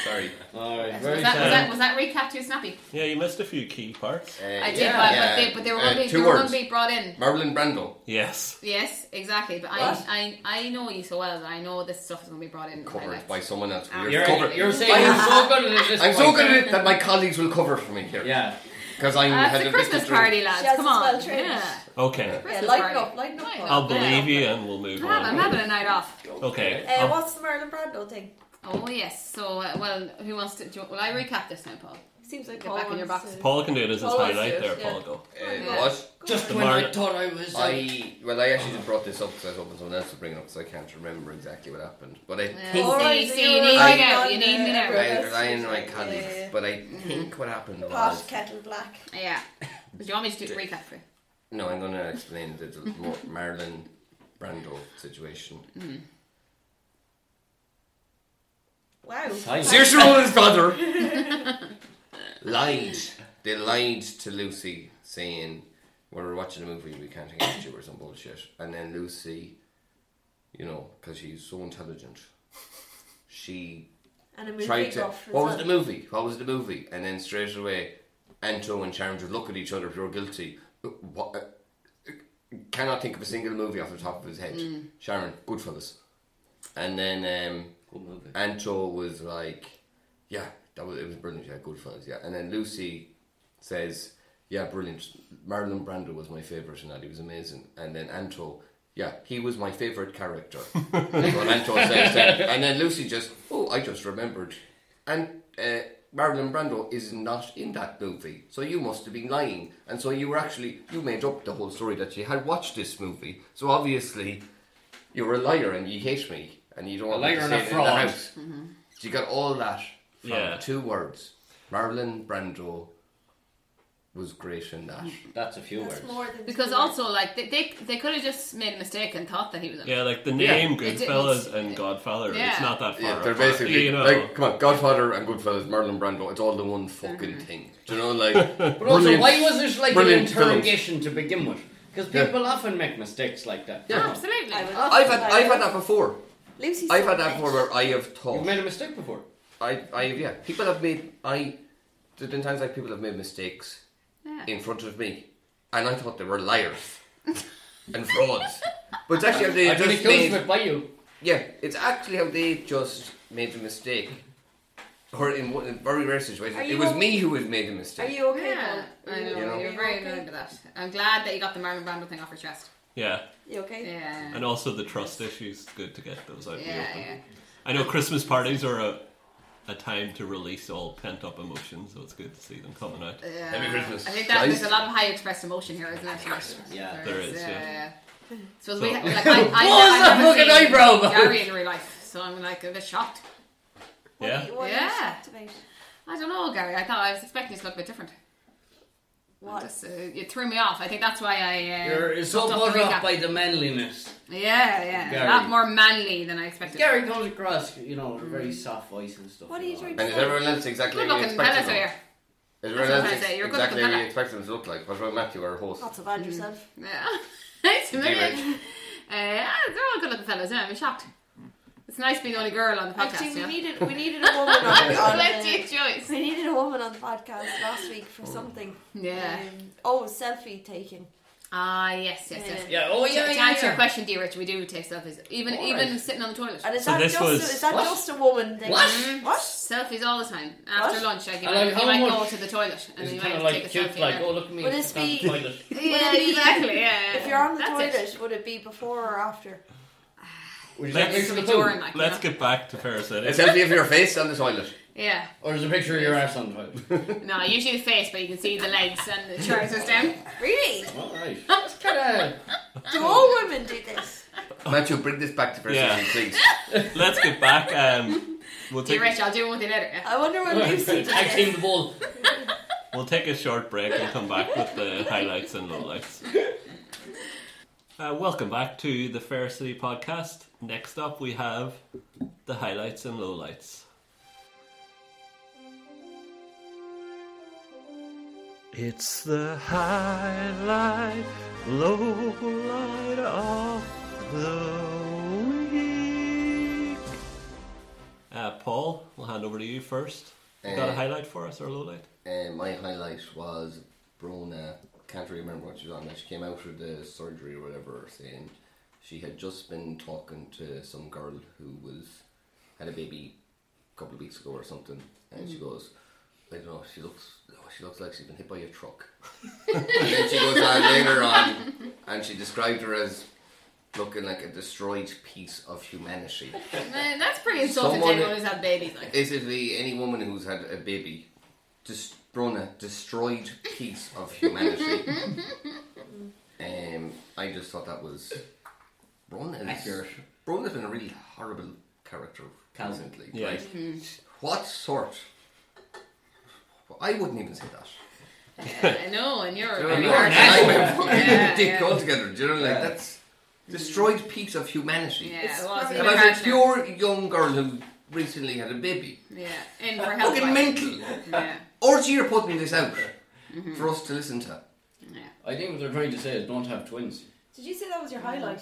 [SPEAKER 2] Sorry. Uh,
[SPEAKER 5] All right,
[SPEAKER 3] was,
[SPEAKER 5] very
[SPEAKER 3] that, was, that,
[SPEAKER 5] sad.
[SPEAKER 3] was that recap too snappy?
[SPEAKER 1] Yeah, you missed a few key parts.
[SPEAKER 2] Uh,
[SPEAKER 3] I did,
[SPEAKER 2] yeah,
[SPEAKER 3] but,
[SPEAKER 2] yeah.
[SPEAKER 3] but, they, but they were
[SPEAKER 2] Uh,
[SPEAKER 3] going to be,
[SPEAKER 2] two
[SPEAKER 3] they were going
[SPEAKER 2] words.
[SPEAKER 3] to be brought in.
[SPEAKER 2] Marilyn Brando.
[SPEAKER 1] Yes.
[SPEAKER 3] Yes, exactly. But
[SPEAKER 4] What?
[SPEAKER 3] I, I, I know you so well that I know this stuff is going to be brought in.
[SPEAKER 2] Covered
[SPEAKER 3] highlights.
[SPEAKER 2] by someone else.
[SPEAKER 3] Ah.
[SPEAKER 2] We're
[SPEAKER 5] You're,
[SPEAKER 2] covered.
[SPEAKER 5] you're saying you're so good at it. at this
[SPEAKER 2] I'm so
[SPEAKER 5] point.
[SPEAKER 2] good at it that my colleagues will cover for me here.
[SPEAKER 5] Yeah.
[SPEAKER 2] Because I
[SPEAKER 3] Uh,
[SPEAKER 2] had
[SPEAKER 3] it's
[SPEAKER 2] a
[SPEAKER 3] a Christmas
[SPEAKER 2] bit of
[SPEAKER 3] party, lads.
[SPEAKER 4] She has
[SPEAKER 3] Come
[SPEAKER 4] to
[SPEAKER 3] on.
[SPEAKER 4] smell trees.
[SPEAKER 3] Yeah.
[SPEAKER 1] Okay.
[SPEAKER 4] Yeah,
[SPEAKER 3] Christmas
[SPEAKER 4] lighten
[SPEAKER 3] party.
[SPEAKER 4] up, lighten up.
[SPEAKER 3] Right.
[SPEAKER 1] I'll
[SPEAKER 4] Paul.
[SPEAKER 1] believe you and we'll move
[SPEAKER 3] I'm having, I'm
[SPEAKER 1] on.
[SPEAKER 3] having a night off.
[SPEAKER 1] Okay.
[SPEAKER 4] Uh,
[SPEAKER 1] I'll-
[SPEAKER 4] what's the Marilyn Brando thing?
[SPEAKER 3] Oh yes. So uh, well, who wants to? Do, you- will I recap this now, Paul?
[SPEAKER 4] Seems like uh,
[SPEAKER 3] Get
[SPEAKER 4] Paul
[SPEAKER 3] back in your
[SPEAKER 4] wants
[SPEAKER 3] box.
[SPEAKER 4] to-
[SPEAKER 1] Paul can do it as his
[SPEAKER 4] Paul wants
[SPEAKER 1] highlight
[SPEAKER 4] to do
[SPEAKER 1] there,
[SPEAKER 4] it, yeah.
[SPEAKER 1] Paul. Go.
[SPEAKER 2] Uh,
[SPEAKER 4] Yeah.
[SPEAKER 2] what?
[SPEAKER 4] Go
[SPEAKER 5] Just
[SPEAKER 4] on.
[SPEAKER 5] when
[SPEAKER 1] Mar-
[SPEAKER 5] I thought I was. I,
[SPEAKER 2] I well, I actually just brought this up because I was hoping someone else would bring it up because I can't remember exactly what happened. But I
[SPEAKER 3] Yeah.
[SPEAKER 2] think
[SPEAKER 3] All
[SPEAKER 4] Alright,
[SPEAKER 3] See,
[SPEAKER 4] so
[SPEAKER 3] see,
[SPEAKER 4] you're
[SPEAKER 3] you need
[SPEAKER 4] relying
[SPEAKER 3] me now,
[SPEAKER 4] on,
[SPEAKER 3] you need me
[SPEAKER 4] uh,
[SPEAKER 3] now.
[SPEAKER 2] I
[SPEAKER 4] Everest.
[SPEAKER 2] rely on my
[SPEAKER 4] Yeah,
[SPEAKER 2] colleagues,
[SPEAKER 4] yeah.
[SPEAKER 2] but I think what happened was
[SPEAKER 4] Pot, kettle, black.
[SPEAKER 3] Yeah. Do you want me to do recap for? you?
[SPEAKER 2] no. I'm going to explain the, the Mar- Marilyn Brando situation.
[SPEAKER 4] Wow.
[SPEAKER 5] Seriously, his brother.
[SPEAKER 2] *laughs* lied. They lied to Lucy, saying we're watching a movie, we can't engage you or some bullshit. And then Lucy, you know, because she's so intelligent, she
[SPEAKER 4] And a movie
[SPEAKER 2] tried to.
[SPEAKER 4] buff. as
[SPEAKER 2] What was
[SPEAKER 4] well.
[SPEAKER 2] the movie? What was the movie? And then straight away, Anto and Sharon would look at each other. You're guilty. Uh, What? uh, Cannot think of a single movie off the top of his head. Sharon, Goodfellas. And then um,
[SPEAKER 5] Good movie.
[SPEAKER 2] Anto was like, "Yeah, that was it was brilliant. Yeah, Goodfellas. Yeah." And then Lucy says, "Yeah, brilliant. Marilyn Brando was my favorite, and that he was amazing." And then Anto, "Yeah, he was my favorite character." That's what Anto says then. And then Lucy just, "Oh, I just remembered." And uh, Marilyn Brando is not in that movie, so you must have been lying. And so you were actually you made up the whole story that you had watched this movie. So obviously, you're a liar and you hate me and you don't want me
[SPEAKER 5] liar
[SPEAKER 2] to
[SPEAKER 5] and
[SPEAKER 2] stay
[SPEAKER 5] a
[SPEAKER 2] in the
[SPEAKER 5] fraud.
[SPEAKER 2] house. So you got all that from
[SPEAKER 1] Yeah.
[SPEAKER 2] two words. Marilyn Brando was great in that.
[SPEAKER 5] That's a few
[SPEAKER 4] That's
[SPEAKER 5] words.
[SPEAKER 4] more than
[SPEAKER 3] Because
[SPEAKER 4] two
[SPEAKER 3] also, like they they, they could have just made a mistake and thought that he was. in it.
[SPEAKER 1] Yeah, like the name
[SPEAKER 3] It didn't-
[SPEAKER 1] Goodfellas and Godfather,
[SPEAKER 3] Yeah.
[SPEAKER 1] it's not that far.
[SPEAKER 2] Yeah, they're
[SPEAKER 1] apart,
[SPEAKER 2] basically
[SPEAKER 1] you know.
[SPEAKER 2] like, come on, Godfather and Goodfellas, Marilyn Brando. It's all the one fucking thing. Do you know, like, *laughs*
[SPEAKER 5] But also,
[SPEAKER 2] brilliant-
[SPEAKER 5] why was this like an
[SPEAKER 2] brilliant films.
[SPEAKER 5] interrogation to begin with? Because
[SPEAKER 2] Yeah.
[SPEAKER 5] people often make mistakes like that.
[SPEAKER 2] Yeah.
[SPEAKER 3] *laughs* Absolutely.
[SPEAKER 4] I would-
[SPEAKER 2] I've had I've had that before.
[SPEAKER 4] Oh, Lucy's
[SPEAKER 2] I've
[SPEAKER 4] so
[SPEAKER 2] had that
[SPEAKER 4] rich.
[SPEAKER 2] before where I have
[SPEAKER 5] You've
[SPEAKER 2] thought
[SPEAKER 5] made a mistake before.
[SPEAKER 2] I, I, yeah. People have made. I. There's been times like people have made mistakes *laughs*
[SPEAKER 3] Yeah.
[SPEAKER 2] in front of me, and I thought they were liars and frauds. But it's actually how they
[SPEAKER 5] I've been
[SPEAKER 2] just
[SPEAKER 5] accused of
[SPEAKER 2] made.
[SPEAKER 5] it by you.
[SPEAKER 2] Yeah, it's actually how they just made the mistake. Or in one in very rare situation,
[SPEAKER 4] Are
[SPEAKER 2] it
[SPEAKER 4] you
[SPEAKER 2] was
[SPEAKER 4] okay?
[SPEAKER 2] me who had made the
[SPEAKER 4] Are
[SPEAKER 2] mistake.
[SPEAKER 4] you okay?
[SPEAKER 3] Yeah,
[SPEAKER 4] Paul?
[SPEAKER 3] I know.
[SPEAKER 2] You know?
[SPEAKER 3] You're very annoyed with that. I'm glad that you got the Marlon Brando thing off your chest.
[SPEAKER 1] yeah,
[SPEAKER 4] You okay?
[SPEAKER 3] Yeah.
[SPEAKER 1] and also the trust issues. Good to get those out. in the
[SPEAKER 3] Yeah,
[SPEAKER 1] open.
[SPEAKER 3] yeah.
[SPEAKER 1] I know Christmas parties are a, a time to release all pent up emotions, so it's good to see them coming out.
[SPEAKER 3] Yeah.
[SPEAKER 2] Merry Christmas,
[SPEAKER 3] I think that, there's
[SPEAKER 2] guys.
[SPEAKER 3] a lot of high expressed emotion here, isn't there?
[SPEAKER 5] Yeah.
[SPEAKER 1] There is, yeah.
[SPEAKER 3] So, we, like, I,
[SPEAKER 5] What
[SPEAKER 3] I,
[SPEAKER 5] was that
[SPEAKER 3] I've never
[SPEAKER 5] fucking
[SPEAKER 3] seen
[SPEAKER 5] eyebrow about?
[SPEAKER 3] Gary in real life, so I'm like a bit shocked.
[SPEAKER 4] What
[SPEAKER 1] Yeah.
[SPEAKER 4] Are you, what Are you
[SPEAKER 3] Yeah.
[SPEAKER 4] shocked about?
[SPEAKER 3] I don't know, Gary. I thought I was expecting it to look a bit different.
[SPEAKER 4] What?
[SPEAKER 3] Just, uh, it threw me off. I think that's why I. Uh,
[SPEAKER 5] You're so
[SPEAKER 3] fucked up
[SPEAKER 5] put
[SPEAKER 3] the recap.
[SPEAKER 5] off by the manliness.
[SPEAKER 3] Yeah, yeah.
[SPEAKER 5] Gary.
[SPEAKER 3] A lot more manly than I expected.
[SPEAKER 5] Gary comes across, you know, with a very soft voice and stuff.
[SPEAKER 4] What are you
[SPEAKER 5] know.
[SPEAKER 4] trying to
[SPEAKER 2] and is everyone else exactly
[SPEAKER 3] Good
[SPEAKER 2] what you
[SPEAKER 3] looking fellas
[SPEAKER 2] expected?
[SPEAKER 3] over
[SPEAKER 2] them?
[SPEAKER 3] here.
[SPEAKER 2] Is everyone
[SPEAKER 3] That's what
[SPEAKER 2] else
[SPEAKER 3] I say, you're a good
[SPEAKER 2] exactly
[SPEAKER 3] looking
[SPEAKER 2] what you
[SPEAKER 3] fella.
[SPEAKER 2] expected them to look like? What about Matthew, our host?
[SPEAKER 4] Not so
[SPEAKER 3] Mm.
[SPEAKER 4] bad yourself.
[SPEAKER 3] Yeah. *laughs* it's a million.
[SPEAKER 2] Rich.
[SPEAKER 3] Uh, yeah, they're all good looking fellas, yeah. I'm shocked. It's nice being the only girl on the podcast.
[SPEAKER 4] Actually,
[SPEAKER 3] *laughs*
[SPEAKER 4] we
[SPEAKER 3] yeah.
[SPEAKER 4] needed we needed a woman on, on
[SPEAKER 3] Let's
[SPEAKER 4] the,
[SPEAKER 3] take choice.
[SPEAKER 4] we needed a woman on the podcast last week for something.
[SPEAKER 3] Oh. Yeah.
[SPEAKER 4] Um, oh, selfie taking.
[SPEAKER 3] Ah, yes, yes, yes.
[SPEAKER 5] Yeah, oh yeah,
[SPEAKER 3] to
[SPEAKER 5] yeah.
[SPEAKER 3] answer your
[SPEAKER 5] yeah.
[SPEAKER 3] question, dear Rich, we do take selfies. Even
[SPEAKER 5] All
[SPEAKER 3] even
[SPEAKER 5] right.
[SPEAKER 3] sitting on the toilet.
[SPEAKER 4] And is
[SPEAKER 1] So
[SPEAKER 4] that
[SPEAKER 1] this
[SPEAKER 4] just
[SPEAKER 1] was-
[SPEAKER 4] is that
[SPEAKER 5] What?
[SPEAKER 4] just a woman thing? Mm.
[SPEAKER 5] What?
[SPEAKER 4] What?
[SPEAKER 3] Selfies all the time. After
[SPEAKER 4] What?
[SPEAKER 3] lunch, I give
[SPEAKER 5] And like,
[SPEAKER 3] you
[SPEAKER 5] how
[SPEAKER 3] might go
[SPEAKER 5] much
[SPEAKER 3] to the toilet and
[SPEAKER 5] It's
[SPEAKER 3] you might
[SPEAKER 5] kind
[SPEAKER 3] have
[SPEAKER 5] of
[SPEAKER 3] to
[SPEAKER 5] like
[SPEAKER 3] take a
[SPEAKER 5] cute,
[SPEAKER 3] selfie.
[SPEAKER 5] like,
[SPEAKER 3] there.
[SPEAKER 5] oh look at me.
[SPEAKER 4] Would
[SPEAKER 5] I
[SPEAKER 4] this
[SPEAKER 5] found the
[SPEAKER 4] be-
[SPEAKER 5] toilet.
[SPEAKER 3] *laughs* yeah,
[SPEAKER 4] it be-
[SPEAKER 3] exactly. Yeah, yeah.
[SPEAKER 4] If you're on the
[SPEAKER 3] That's
[SPEAKER 4] toilet,
[SPEAKER 3] It.
[SPEAKER 4] would it be before or after?
[SPEAKER 5] Would you
[SPEAKER 1] Let's-
[SPEAKER 5] like me to the
[SPEAKER 3] It's adoring,
[SPEAKER 5] poo?
[SPEAKER 3] like, you
[SPEAKER 1] Let's
[SPEAKER 3] know?
[SPEAKER 1] get back to Fair City.
[SPEAKER 2] It's empty of your face on the toilet.
[SPEAKER 3] Yeah.
[SPEAKER 5] Or is a picture of your ass on the toilet?
[SPEAKER 3] No, usually the face, but you can see the legs and the trousers down.
[SPEAKER 4] Really?
[SPEAKER 5] Alright. That's kind
[SPEAKER 3] Mm.
[SPEAKER 4] Do all women do this?
[SPEAKER 2] Matthew, bring this back to first
[SPEAKER 1] Yeah.
[SPEAKER 2] please.
[SPEAKER 1] Let's get back. Um, we'll
[SPEAKER 3] Dear
[SPEAKER 1] take
[SPEAKER 3] Rich, I'll do one with *laughs* you later. Yeah.
[SPEAKER 4] I
[SPEAKER 3] *laughs*
[SPEAKER 4] wonder when Lucy did
[SPEAKER 5] of. I
[SPEAKER 4] this.
[SPEAKER 5] came the ball.
[SPEAKER 1] we'll take a short break and come back with the highlights and lowlights. Uh, welcome back to the Fair City podcast. Next up, we have the highlights and lowlights. It's the highlight, low light of the week. Uh, Paul, we'll hand over to you first. You got a
[SPEAKER 2] Uh,
[SPEAKER 1] highlight for us or a low light?
[SPEAKER 2] Uh, my highlight was Brona. Can't really remember what she was on. but She came out of the surgery or whatever, saying she had just been talking to some girl who was had a baby a couple of weeks ago or something, and she goes, "Uh, I don't know, she looks, oh, she looks like she's been hit by a truck. and then she goes on later on, and she described her as looking like a destroyed piece of humanity.
[SPEAKER 3] Man, that's pretty insulting to
[SPEAKER 2] Someone-
[SPEAKER 3] anyone who's had babies. Like,
[SPEAKER 2] Basically, any woman who's had a baby, just run a destroyed piece of humanity. um, I just thought that was Brona. is-
[SPEAKER 5] Accurate.
[SPEAKER 2] Brona's been a really horrible character
[SPEAKER 5] Cal.
[SPEAKER 2] recently.
[SPEAKER 1] Yeah.
[SPEAKER 2] Like, what sort? Well, I wouldn't even say that.
[SPEAKER 3] I know, and you're,
[SPEAKER 2] Do you know
[SPEAKER 3] and
[SPEAKER 2] what
[SPEAKER 3] you're
[SPEAKER 2] I mean? I'm a
[SPEAKER 3] Yeah, yeah.
[SPEAKER 2] dick altogether. Do you know, like
[SPEAKER 5] Yeah.
[SPEAKER 2] that's destroyed piece of humanity.
[SPEAKER 3] Yeah,
[SPEAKER 4] It's
[SPEAKER 3] it was.
[SPEAKER 4] fucking-
[SPEAKER 2] And
[SPEAKER 3] it was
[SPEAKER 2] I'm a
[SPEAKER 3] harsh now.
[SPEAKER 2] pure young girl who recently had a baby.
[SPEAKER 3] Yeah, and for help.
[SPEAKER 2] Fucking mental.
[SPEAKER 3] Yeah,
[SPEAKER 2] Orgy, you're putting this out
[SPEAKER 5] Mm-hmm.
[SPEAKER 2] for us to listen to.
[SPEAKER 3] yeah.
[SPEAKER 5] I think what they're trying to say is don't have twins.
[SPEAKER 4] Did you say that was your highlight?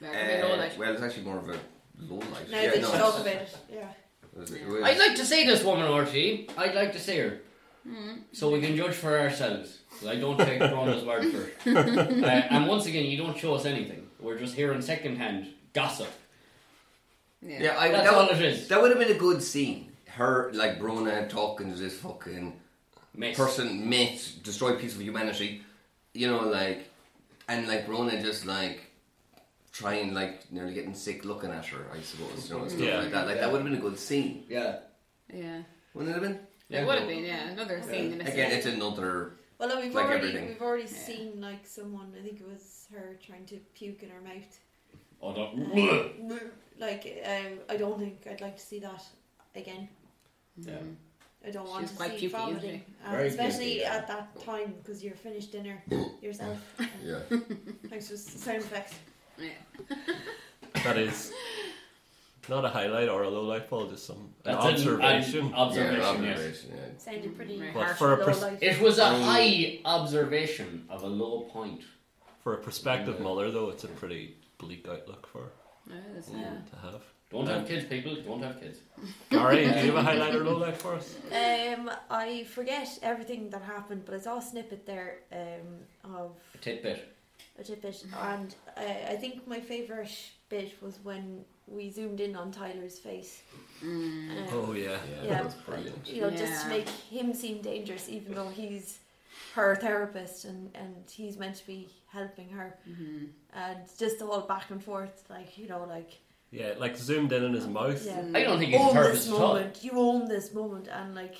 [SPEAKER 3] That could be low, like-
[SPEAKER 2] Uh, well, it's actually more of a low life.
[SPEAKER 4] Now that you talk about it, yeah.
[SPEAKER 5] I'd like to see this woman, RT. I'd like to see her.
[SPEAKER 3] Hmm.
[SPEAKER 5] So we can judge for ourselves. 'cause I don't *laughs* take Brona's word for
[SPEAKER 3] *laughs*
[SPEAKER 5] it. Uh, and once again, you don't show us anything. We're just hearing secondhand gossip.
[SPEAKER 3] yeah.
[SPEAKER 2] yeah, I,
[SPEAKER 5] That's
[SPEAKER 2] that,
[SPEAKER 5] all it is.
[SPEAKER 2] That would have been a good scene. Her, like Brona, talking to this fucking
[SPEAKER 5] Mess.
[SPEAKER 2] person, mate, destroyed piece of humanity. You know, like, and like Brona just like trying, like, nearly getting sick looking at her, I suppose. You know, and stuff
[SPEAKER 1] Yeah.
[SPEAKER 2] like that. Like,
[SPEAKER 5] Yeah.
[SPEAKER 2] that would have been a good scene.
[SPEAKER 5] Yeah.
[SPEAKER 3] Yeah.
[SPEAKER 2] Wouldn't it have been?
[SPEAKER 5] Yeah.
[SPEAKER 3] It would have been, yeah. Another scene in a
[SPEAKER 2] Again,
[SPEAKER 3] scene.
[SPEAKER 2] it's another.
[SPEAKER 4] Well, no, we've
[SPEAKER 2] Like
[SPEAKER 4] already
[SPEAKER 2] everything.
[SPEAKER 4] we've already
[SPEAKER 3] Yeah.
[SPEAKER 4] seen like someone. I think it was her trying to puke in her mouth.
[SPEAKER 5] Oh, no.
[SPEAKER 4] Like um, I don't think I'd like to see that again.
[SPEAKER 5] *laughs* Yeah.
[SPEAKER 4] I don't want
[SPEAKER 3] She's
[SPEAKER 4] to
[SPEAKER 3] quite
[SPEAKER 4] see
[SPEAKER 3] pukey,
[SPEAKER 4] vomiting, um,
[SPEAKER 5] Very
[SPEAKER 4] especially
[SPEAKER 5] pukey, yeah.
[SPEAKER 4] at that time because you're finished dinner yourself.
[SPEAKER 2] Yeah.
[SPEAKER 4] Thanks for s- sound effects.
[SPEAKER 1] That is not a highlight or a low light ball, just some an
[SPEAKER 5] That's an-
[SPEAKER 1] observation.
[SPEAKER 5] an observation, Oh. yes.
[SPEAKER 2] observation, yeah.
[SPEAKER 4] Sounded pretty.
[SPEAKER 3] Right.
[SPEAKER 1] But for a
[SPEAKER 4] low
[SPEAKER 1] pers-
[SPEAKER 4] light.
[SPEAKER 5] It was a
[SPEAKER 2] Um,
[SPEAKER 5] high observation of a low point.
[SPEAKER 1] for a prospective
[SPEAKER 2] Yeah.
[SPEAKER 1] mother, though, it's a pretty bleak outlook for her
[SPEAKER 3] Oh, that's
[SPEAKER 2] Yeah.
[SPEAKER 3] nice.
[SPEAKER 1] to have.
[SPEAKER 5] Don't
[SPEAKER 1] Um,
[SPEAKER 5] have kids, people. Don't have kids.
[SPEAKER 1] Gary, do you have a highlight or low light for us?
[SPEAKER 4] Um, I forget everything that happened, but I saw a snippet there um, of
[SPEAKER 5] A tidbit.
[SPEAKER 4] a tidbit, and uh, I think my favourite bit was when we zoomed in on Tyler's face.
[SPEAKER 3] Mm.
[SPEAKER 4] Um,
[SPEAKER 1] Oh yeah,
[SPEAKER 4] Yeah.
[SPEAKER 2] that's brilliant.
[SPEAKER 4] you know, just to
[SPEAKER 3] Yeah.
[SPEAKER 4] make him seem dangerous, even though he's her therapist and, and he's meant to be helping her.
[SPEAKER 3] Mhm.
[SPEAKER 4] And just the whole back and forth, like, you know, like,
[SPEAKER 1] yeah, like zoomed in in his mouth.
[SPEAKER 4] yeah,
[SPEAKER 5] I don't think he's a
[SPEAKER 4] own this
[SPEAKER 5] therapist at all.
[SPEAKER 4] moment, you own this moment, and like,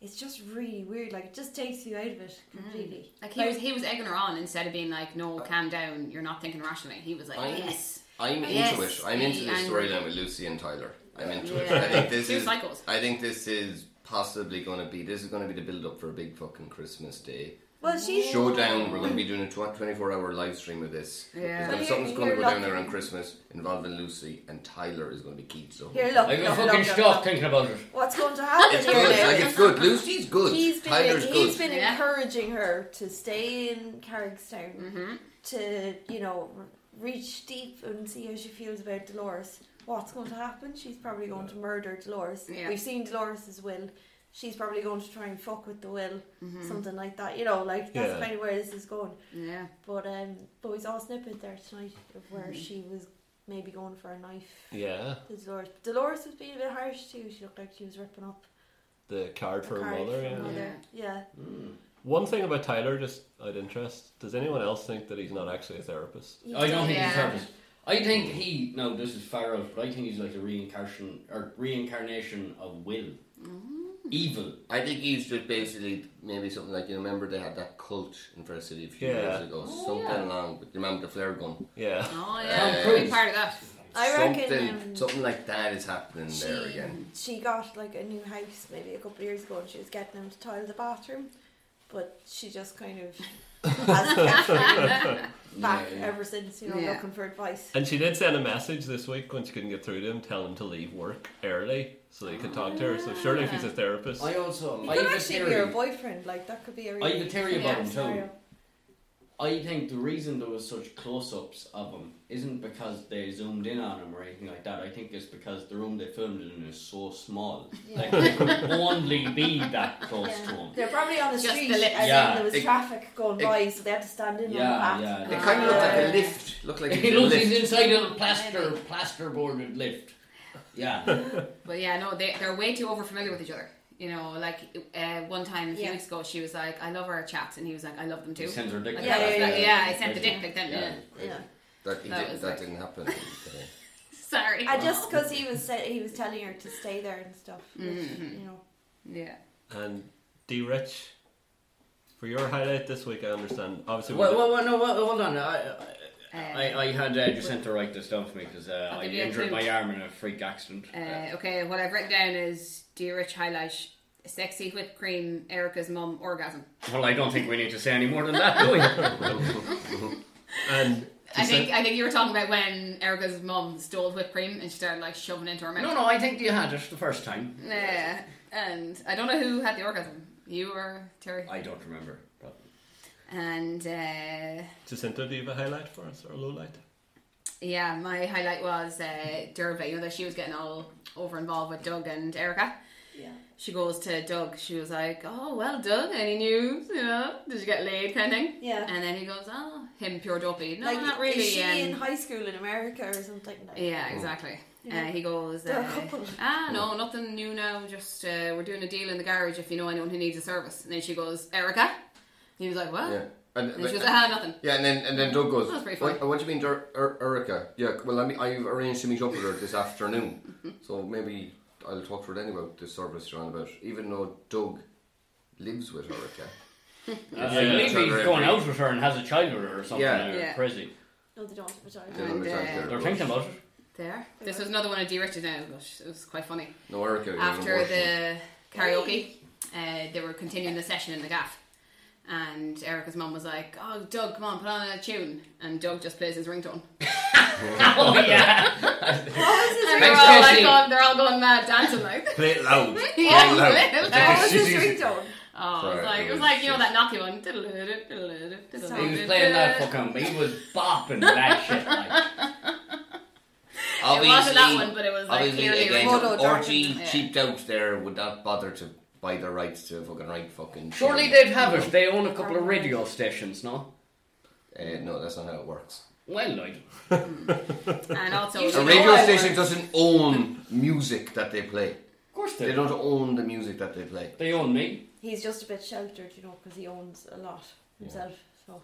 [SPEAKER 4] it's just really weird, like, it just takes you out of it completely.
[SPEAKER 3] Mm. Like he was, he was egging her on instead of being like, "No, calm down. You're not thinking rationally." He was like,
[SPEAKER 2] I-
[SPEAKER 3] "Yes,
[SPEAKER 2] I'm
[SPEAKER 3] Yes,
[SPEAKER 2] into it. I'm into
[SPEAKER 3] the
[SPEAKER 2] this
[SPEAKER 3] angry-
[SPEAKER 2] storyline with Lucy and Tyler. I'm into it.
[SPEAKER 3] Yeah.
[SPEAKER 2] I think this
[SPEAKER 3] Two
[SPEAKER 2] is.
[SPEAKER 3] cycles.
[SPEAKER 2] I think this is possibly going to be. This is going to be the build up for a big fucking Christmas Day
[SPEAKER 4] Well, she's.
[SPEAKER 2] showdown. We're going to be doing a tw- 24 hour live stream of this.
[SPEAKER 3] Yeah.
[SPEAKER 2] There's gonna-
[SPEAKER 4] Here-
[SPEAKER 2] something's going to
[SPEAKER 4] here,
[SPEAKER 2] go down
[SPEAKER 4] look.
[SPEAKER 2] there around Christmas involving Lucy and Tyler is going to be keyed so.
[SPEAKER 4] Here, look.
[SPEAKER 5] I got
[SPEAKER 4] look,
[SPEAKER 5] fucking
[SPEAKER 4] look, look,
[SPEAKER 5] stuff
[SPEAKER 4] look.
[SPEAKER 5] thinking about it.
[SPEAKER 4] What's going to happen
[SPEAKER 2] It's
[SPEAKER 4] here
[SPEAKER 2] good.
[SPEAKER 4] now?
[SPEAKER 2] Like it's good. Lucy's good.
[SPEAKER 4] He's been
[SPEAKER 2] Tyler's
[SPEAKER 4] he's
[SPEAKER 2] good.
[SPEAKER 4] been
[SPEAKER 3] Yeah.
[SPEAKER 4] encouraging her to stay in Carrickstown
[SPEAKER 3] Mhm.
[SPEAKER 4] to you know r- reach deep and see how she feels about Dolores. What's going to happen? She's probably going to murder Dolores.
[SPEAKER 3] Yeah.
[SPEAKER 4] We've seen Dolores's will. She's probably going to try and fuck with the will, something like that. You know, like that's
[SPEAKER 1] Yeah.
[SPEAKER 4] kind of where this is going.
[SPEAKER 3] yeah,
[SPEAKER 4] But um, but we saw a snippet there tonight of where she was maybe going for a knife.
[SPEAKER 1] Yeah,
[SPEAKER 4] to Dolores. Dolores was being a bit harsh too. She looked like she was ripping up
[SPEAKER 1] the card
[SPEAKER 4] a
[SPEAKER 1] for her
[SPEAKER 4] card
[SPEAKER 1] mother.
[SPEAKER 4] from
[SPEAKER 1] Yeah.
[SPEAKER 4] her
[SPEAKER 3] yeah.
[SPEAKER 4] mother. Yeah.
[SPEAKER 1] One thing about Tyler, just out of interest, does anyone else think that he's not actually a therapist?
[SPEAKER 5] I don't think he's
[SPEAKER 3] Yeah.
[SPEAKER 5] a therapist. I think he. No, this is far out. But I think he's like the reincarnation or reincarnation of will,
[SPEAKER 4] Mm.
[SPEAKER 5] evil.
[SPEAKER 2] I think he's just basically maybe something like you remember they had that cult in First City a few
[SPEAKER 1] Yeah.
[SPEAKER 2] years ago.
[SPEAKER 5] Oh,
[SPEAKER 2] something
[SPEAKER 5] yeah.
[SPEAKER 2] along with your mum with the flare gun.
[SPEAKER 1] Yeah,
[SPEAKER 3] Oh
[SPEAKER 2] Uh,
[SPEAKER 3] yeah, I'm part of that.
[SPEAKER 4] I
[SPEAKER 2] something,
[SPEAKER 4] reckon um,
[SPEAKER 2] something like that is happening there
[SPEAKER 4] she-
[SPEAKER 2] again.
[SPEAKER 4] She got like a new house maybe a couple of years ago, and she was getting him to tile the bathroom, but she just kind
[SPEAKER 5] *laughs*
[SPEAKER 4] of has kept him back
[SPEAKER 5] Yeah.
[SPEAKER 4] ever since. You know,
[SPEAKER 3] Yeah.
[SPEAKER 4] looking for advice.
[SPEAKER 1] and she did send a message this week when she couldn't get through to him, telling him to leave work early so they could talk to her. So surely, if he's a therapist,
[SPEAKER 5] I also.
[SPEAKER 4] He
[SPEAKER 5] I
[SPEAKER 4] could
[SPEAKER 5] have a
[SPEAKER 4] actually be her
[SPEAKER 5] theory.
[SPEAKER 4] boyfriend. Like that could be
[SPEAKER 5] I
[SPEAKER 4] a
[SPEAKER 5] have a
[SPEAKER 4] really
[SPEAKER 5] theory
[SPEAKER 3] Yeah,
[SPEAKER 5] about him too.
[SPEAKER 4] scenario.
[SPEAKER 5] I think the reason there was such close-ups of him isn't because they zoomed in on him or anything like that. I think it's because the room they filmed it in is so small, like they
[SPEAKER 4] *laughs*
[SPEAKER 5] could only be that close to
[SPEAKER 4] Yeah.
[SPEAKER 5] him.
[SPEAKER 4] They're probably on the
[SPEAKER 3] Just
[SPEAKER 4] street,
[SPEAKER 3] the
[SPEAKER 4] and
[SPEAKER 3] lips.
[SPEAKER 5] Yeah.
[SPEAKER 4] then there was
[SPEAKER 2] It-
[SPEAKER 4] traffic going
[SPEAKER 2] it-
[SPEAKER 4] by, so they had to stand in
[SPEAKER 5] Yeah,
[SPEAKER 4] on the path.
[SPEAKER 5] yeah,
[SPEAKER 2] It kind
[SPEAKER 3] Ah.
[SPEAKER 2] of looked like a
[SPEAKER 4] Yeah.
[SPEAKER 2] lift. Looked like
[SPEAKER 5] He
[SPEAKER 2] a
[SPEAKER 5] looks he's
[SPEAKER 2] lift.
[SPEAKER 5] inside a plaster plasterboarded lift. Yeah.
[SPEAKER 3] But yeah, no, they they're way too overfamiliar with each other. You know, like uh, one time a few
[SPEAKER 4] Yeah.
[SPEAKER 3] weeks ago, she was like, "I love our chats," and he was like, "I love them
[SPEAKER 5] He
[SPEAKER 3] too."
[SPEAKER 5] sends her dick
[SPEAKER 3] Like,
[SPEAKER 5] pics.
[SPEAKER 4] Yeah,
[SPEAKER 3] that was
[SPEAKER 4] yeah,
[SPEAKER 3] like-
[SPEAKER 5] yeah.
[SPEAKER 3] I sent the dick pic then.
[SPEAKER 5] Yeah.
[SPEAKER 4] Yeah.
[SPEAKER 2] That, he
[SPEAKER 3] That
[SPEAKER 2] did,
[SPEAKER 3] was
[SPEAKER 2] that
[SPEAKER 3] like-
[SPEAKER 2] didn't happen. Okay.
[SPEAKER 3] *laughs* Sorry.
[SPEAKER 4] I just because he was said he was telling her to stay there and stuff. which,
[SPEAKER 3] Mhm.
[SPEAKER 4] You know,
[SPEAKER 3] yeah.
[SPEAKER 1] And D Rich, for your highlight this week, I understand. Obviously, we
[SPEAKER 5] Well,
[SPEAKER 1] did-
[SPEAKER 5] well, well, no, well, hold on. I,
[SPEAKER 3] Uh,
[SPEAKER 5] I, I had uh, Jacinta write this down for me because uh,
[SPEAKER 3] I'll
[SPEAKER 5] I
[SPEAKER 3] give you a
[SPEAKER 5] injured
[SPEAKER 3] clue.
[SPEAKER 5] my arm in a freak accident.
[SPEAKER 3] Uh, okay, what I've written down is Dear Rich Highlight, Sexy Whipped Cream, Erica's Mum Orgasm.
[SPEAKER 5] well, I don't think we need to say any more than that, do
[SPEAKER 3] *laughs*
[SPEAKER 5] we?
[SPEAKER 1] and
[SPEAKER 3] I think I think you were talking about when Erica's mum stole whipped cream and she started like shoving it into her mouth.
[SPEAKER 5] no, no, I think you had it the first time.
[SPEAKER 3] Yeah, and I don't know who had the orgasm. You or Terry.
[SPEAKER 5] I don't remember. But
[SPEAKER 3] And uh,
[SPEAKER 1] Jacinta, do you have a highlight for us or a low light?
[SPEAKER 3] yeah, my highlight was uh, Derva. You know that she was getting all over involved with Doug and Erica.
[SPEAKER 4] yeah.
[SPEAKER 3] She goes to Doug. She was like, "Oh well, Doug, any news? You know, did you get laid, kind of thing?"
[SPEAKER 4] Yeah.
[SPEAKER 3] And then he goes, "Oh, him pure dopey. No,
[SPEAKER 4] like,
[SPEAKER 3] not really."
[SPEAKER 4] Is she
[SPEAKER 3] um,
[SPEAKER 4] in high school in America or something? No.
[SPEAKER 3] Yeah, exactly.
[SPEAKER 4] Yeah.
[SPEAKER 3] Uh, he goes,
[SPEAKER 4] They're a
[SPEAKER 3] uh,
[SPEAKER 4] couple.
[SPEAKER 3] ah, no, nothing new now. Just uh, we're doing a deal in the garage if you know anyone who needs a service. And then she goes, Erica. He was like, what?
[SPEAKER 2] Yeah. And, uh,
[SPEAKER 3] And
[SPEAKER 2] *laughs*
[SPEAKER 3] she was like, ah, nothing.
[SPEAKER 2] yeah, and then and then Doug goes.
[SPEAKER 3] That was pretty
[SPEAKER 2] What, what do you mean, Dur- er, Erica? Yeah. Well, I mean, I've arranged to meet up with her this afternoon, so maybe I'll talk to her then about the service you're on about. Even though Doug lives with Erica.
[SPEAKER 5] uh, I believe
[SPEAKER 2] Yeah.
[SPEAKER 5] he's going out with her and has a child with her or something.
[SPEAKER 2] Yeah.
[SPEAKER 5] uh,
[SPEAKER 3] Yeah.
[SPEAKER 5] Crazy.
[SPEAKER 4] No, they don't. Oh, But I
[SPEAKER 2] Yeah,
[SPEAKER 4] *laughs*
[SPEAKER 2] let
[SPEAKER 3] And,
[SPEAKER 2] me talk to
[SPEAKER 3] uh,
[SPEAKER 2] her
[SPEAKER 5] They're
[SPEAKER 2] about-
[SPEAKER 5] thinking about it.
[SPEAKER 3] *laughs* There. This was another one of D. Richard now, but it was quite funny.
[SPEAKER 2] No, Erica. you're an
[SPEAKER 3] After
[SPEAKER 2] abortion.
[SPEAKER 3] the karaoke, uh, they were continuing the session in the gaff. And Erica's mum was like, oh, Doug, come on, put on a tune. And Doug just plays his ringtone.
[SPEAKER 5] oh yeah. *laughs*
[SPEAKER 3] And they're all, like, going, they're all going mad dancing like.
[SPEAKER 2] *laughs* Play it loud.
[SPEAKER 3] Yeah,
[SPEAKER 2] loud.
[SPEAKER 3] play it
[SPEAKER 4] What
[SPEAKER 3] loud.
[SPEAKER 2] *laughs*
[SPEAKER 5] *laughs*
[SPEAKER 4] was his ringtone?
[SPEAKER 3] Oh, it was
[SPEAKER 2] Sorry,
[SPEAKER 3] like, it was
[SPEAKER 2] oh,
[SPEAKER 3] like you know
[SPEAKER 2] shit.
[SPEAKER 3] that Nokia one. Diddle-diddle-diddle-diddle-diddle-diddle-diddle.
[SPEAKER 5] He was playing that fucking. He was bopping that shit. Like,
[SPEAKER 3] *laughs* It wasn't that one, but it was like
[SPEAKER 2] Obviously,
[SPEAKER 3] clearly
[SPEAKER 2] again,
[SPEAKER 3] ringtone.
[SPEAKER 4] Modo
[SPEAKER 2] Orgy
[SPEAKER 3] Yeah.
[SPEAKER 2] cheaped out there would not bother to buy the rights to fucking write fucking.
[SPEAKER 5] surely
[SPEAKER 2] tune.
[SPEAKER 5] they'd have it. They own a couple of radio stations, no?
[SPEAKER 2] Uh, no, that's not how it works.
[SPEAKER 5] Well, I
[SPEAKER 3] and also
[SPEAKER 4] You
[SPEAKER 2] A
[SPEAKER 4] should
[SPEAKER 2] radio
[SPEAKER 4] know it
[SPEAKER 2] station
[SPEAKER 4] works.
[SPEAKER 2] doesn't own music that they play.
[SPEAKER 5] Of course
[SPEAKER 2] They don't own the music that they play.
[SPEAKER 5] They own me.
[SPEAKER 4] He's just a bit sheltered, you know, because he owns a lot himself. So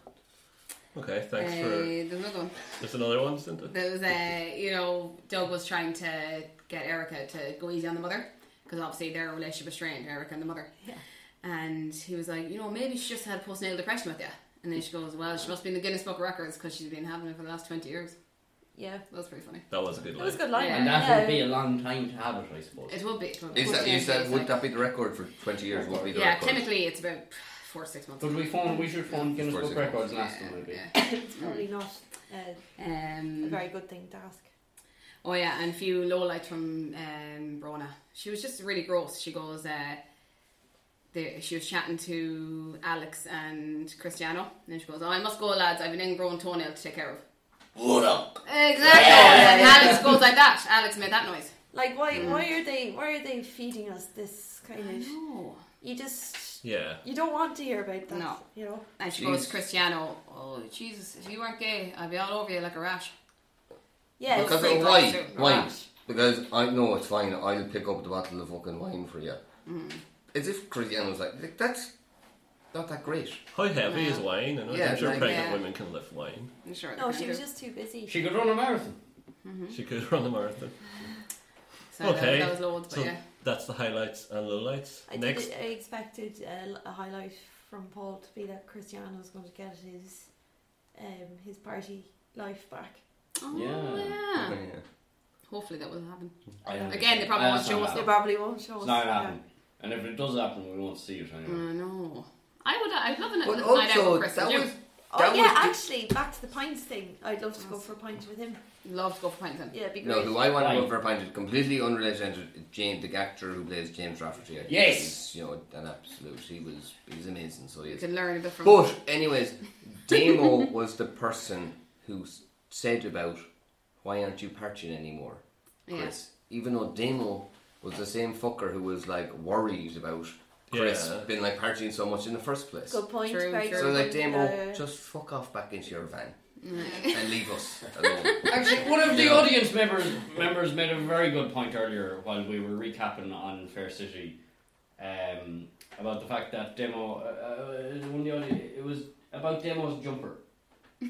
[SPEAKER 1] Okay,
[SPEAKER 3] Uh,
[SPEAKER 1] thanks for.
[SPEAKER 3] there's another one.
[SPEAKER 1] There's another one, Jacinta.
[SPEAKER 3] There was a you know Doug was trying to get Erica to go easy on the mother because obviously their relationship was strained, Erica and the mother.
[SPEAKER 4] Yeah.
[SPEAKER 3] And he was like, you know, maybe she just had postnatal depression with you. And then she goes, well, she must be in the Guinness Book of Records because she's been having it for the last twenty years.
[SPEAKER 4] yeah,
[SPEAKER 3] That was pretty funny.
[SPEAKER 1] That was a good
[SPEAKER 4] it was a
[SPEAKER 1] line.
[SPEAKER 4] good line.
[SPEAKER 3] Yeah.
[SPEAKER 5] And that
[SPEAKER 4] yeah.
[SPEAKER 5] would be a long time to have it, I suppose.
[SPEAKER 3] It will be. It will be.
[SPEAKER 2] Is that, is that
[SPEAKER 3] It's
[SPEAKER 2] would
[SPEAKER 3] like-
[SPEAKER 2] that be the record for twenty years? Would be the
[SPEAKER 3] Yeah,
[SPEAKER 2] record.
[SPEAKER 3] technically it's about four six months.
[SPEAKER 5] But we phone, we should phone Guinness
[SPEAKER 2] course
[SPEAKER 5] Book
[SPEAKER 2] it
[SPEAKER 5] Records
[SPEAKER 2] is.
[SPEAKER 5] and ask them, maybe.
[SPEAKER 3] Yeah.
[SPEAKER 4] It's probably not uh, a
[SPEAKER 3] Um,
[SPEAKER 4] very good thing to ask.
[SPEAKER 3] Oh yeah, and a few lowlights from um, Brona. She was just really gross. She goes, uh, the, she was chatting to Alex and Cristiano, and then she goes, "Oh, I must go, lads. I have an ingrown toenail to take care of."
[SPEAKER 5] What up?
[SPEAKER 3] Exactly. And Alex goes like that. Alex made that noise.
[SPEAKER 4] Like, why?
[SPEAKER 5] Mm.
[SPEAKER 4] Why are they? Why are they feeding us this kind of?
[SPEAKER 3] No.
[SPEAKER 4] You just
[SPEAKER 1] Yeah.
[SPEAKER 4] you don't want to hear about that.
[SPEAKER 3] No.
[SPEAKER 4] You know.
[SPEAKER 3] And she
[SPEAKER 2] Jeez.
[SPEAKER 3] goes, Cristiano, oh Jesus, if you weren't gay, I'd be all over you like a rash.
[SPEAKER 4] Yeah.
[SPEAKER 2] Because
[SPEAKER 3] Free
[SPEAKER 2] of why?
[SPEAKER 3] concert,
[SPEAKER 2] Why?
[SPEAKER 3] right.
[SPEAKER 2] Because I know it's fine. I'll pick up the bottle of fucking wine for you. As if Cristiano's like, like that's not that great.
[SPEAKER 1] How heavy is wine? I know
[SPEAKER 2] Yeah,
[SPEAKER 1] I'm sure
[SPEAKER 2] like-
[SPEAKER 1] pregnant
[SPEAKER 3] Yeah.
[SPEAKER 1] women can lift wine.
[SPEAKER 3] I'm sure.
[SPEAKER 4] No,
[SPEAKER 3] they
[SPEAKER 4] she
[SPEAKER 3] can
[SPEAKER 4] was
[SPEAKER 3] do.
[SPEAKER 4] just too busy.
[SPEAKER 5] She could run a marathon.
[SPEAKER 1] She could *laughs* run a marathon.
[SPEAKER 3] So that-
[SPEAKER 1] okay.
[SPEAKER 3] That, was loads, but
[SPEAKER 1] So
[SPEAKER 3] yeah.
[SPEAKER 1] that's the highlights and lowlights.
[SPEAKER 4] I,
[SPEAKER 1] Next,
[SPEAKER 4] did, I expected uh, a highlight from Paul to be that Cristiano was going to get his um, his party life back.
[SPEAKER 3] Oh,
[SPEAKER 5] Yeah.
[SPEAKER 3] yeah.
[SPEAKER 2] Yeah.
[SPEAKER 3] Hopefully that will happen.
[SPEAKER 5] I don't
[SPEAKER 3] Again, they probably
[SPEAKER 5] know.
[SPEAKER 3] won't
[SPEAKER 5] Uh, That's
[SPEAKER 3] show
[SPEAKER 5] not
[SPEAKER 3] us
[SPEAKER 4] They
[SPEAKER 5] happening.
[SPEAKER 4] probably won't show us.
[SPEAKER 5] It's not
[SPEAKER 4] yeah.
[SPEAKER 5] happening. And if it does happen, we won't see it anyway.
[SPEAKER 3] I know. I would. I'd love an
[SPEAKER 2] But
[SPEAKER 3] night out
[SPEAKER 2] also,
[SPEAKER 3] with Chris.
[SPEAKER 2] that
[SPEAKER 3] would you?
[SPEAKER 2] was
[SPEAKER 4] Oh
[SPEAKER 2] That
[SPEAKER 4] yeah,
[SPEAKER 2] was
[SPEAKER 4] actually, back to the pints thing. I'd love to go for a pint with him.
[SPEAKER 3] Love to go for pints then.
[SPEAKER 4] Yeah, it'd be
[SPEAKER 2] No,
[SPEAKER 4] great.
[SPEAKER 2] who I want to
[SPEAKER 5] Why?
[SPEAKER 2] go for a pint is completely unrelated to James, the actor who plays James Rafferty. I think
[SPEAKER 5] Yes.
[SPEAKER 2] he's, you know, an absolute. He was, he's amazing. So he
[SPEAKER 3] You
[SPEAKER 2] is.
[SPEAKER 3] can learn a bit from.
[SPEAKER 2] But anyways, Damo was the person who s- said about why aren't you partying anymore,
[SPEAKER 3] Yeah.
[SPEAKER 2] Chris. Even though Damo was the same fucker who was like worried about Chris
[SPEAKER 1] Yeah.
[SPEAKER 2] being like partying so much in the first place.
[SPEAKER 4] Good point.
[SPEAKER 3] True,
[SPEAKER 4] very
[SPEAKER 3] true.
[SPEAKER 4] good
[SPEAKER 2] So like
[SPEAKER 4] point,
[SPEAKER 2] Damo,
[SPEAKER 4] uh,
[SPEAKER 2] just fuck off back into your van
[SPEAKER 3] Mm.
[SPEAKER 2] and leave us alone.
[SPEAKER 5] Actually, one of the
[SPEAKER 2] Yeah.
[SPEAKER 5] audience members members made a very good point earlier while we were recapping on Fair City. um, about the fact that demo. Uh, uh, one of the audio, it was about demo's
[SPEAKER 3] *laughs*
[SPEAKER 5] jumper,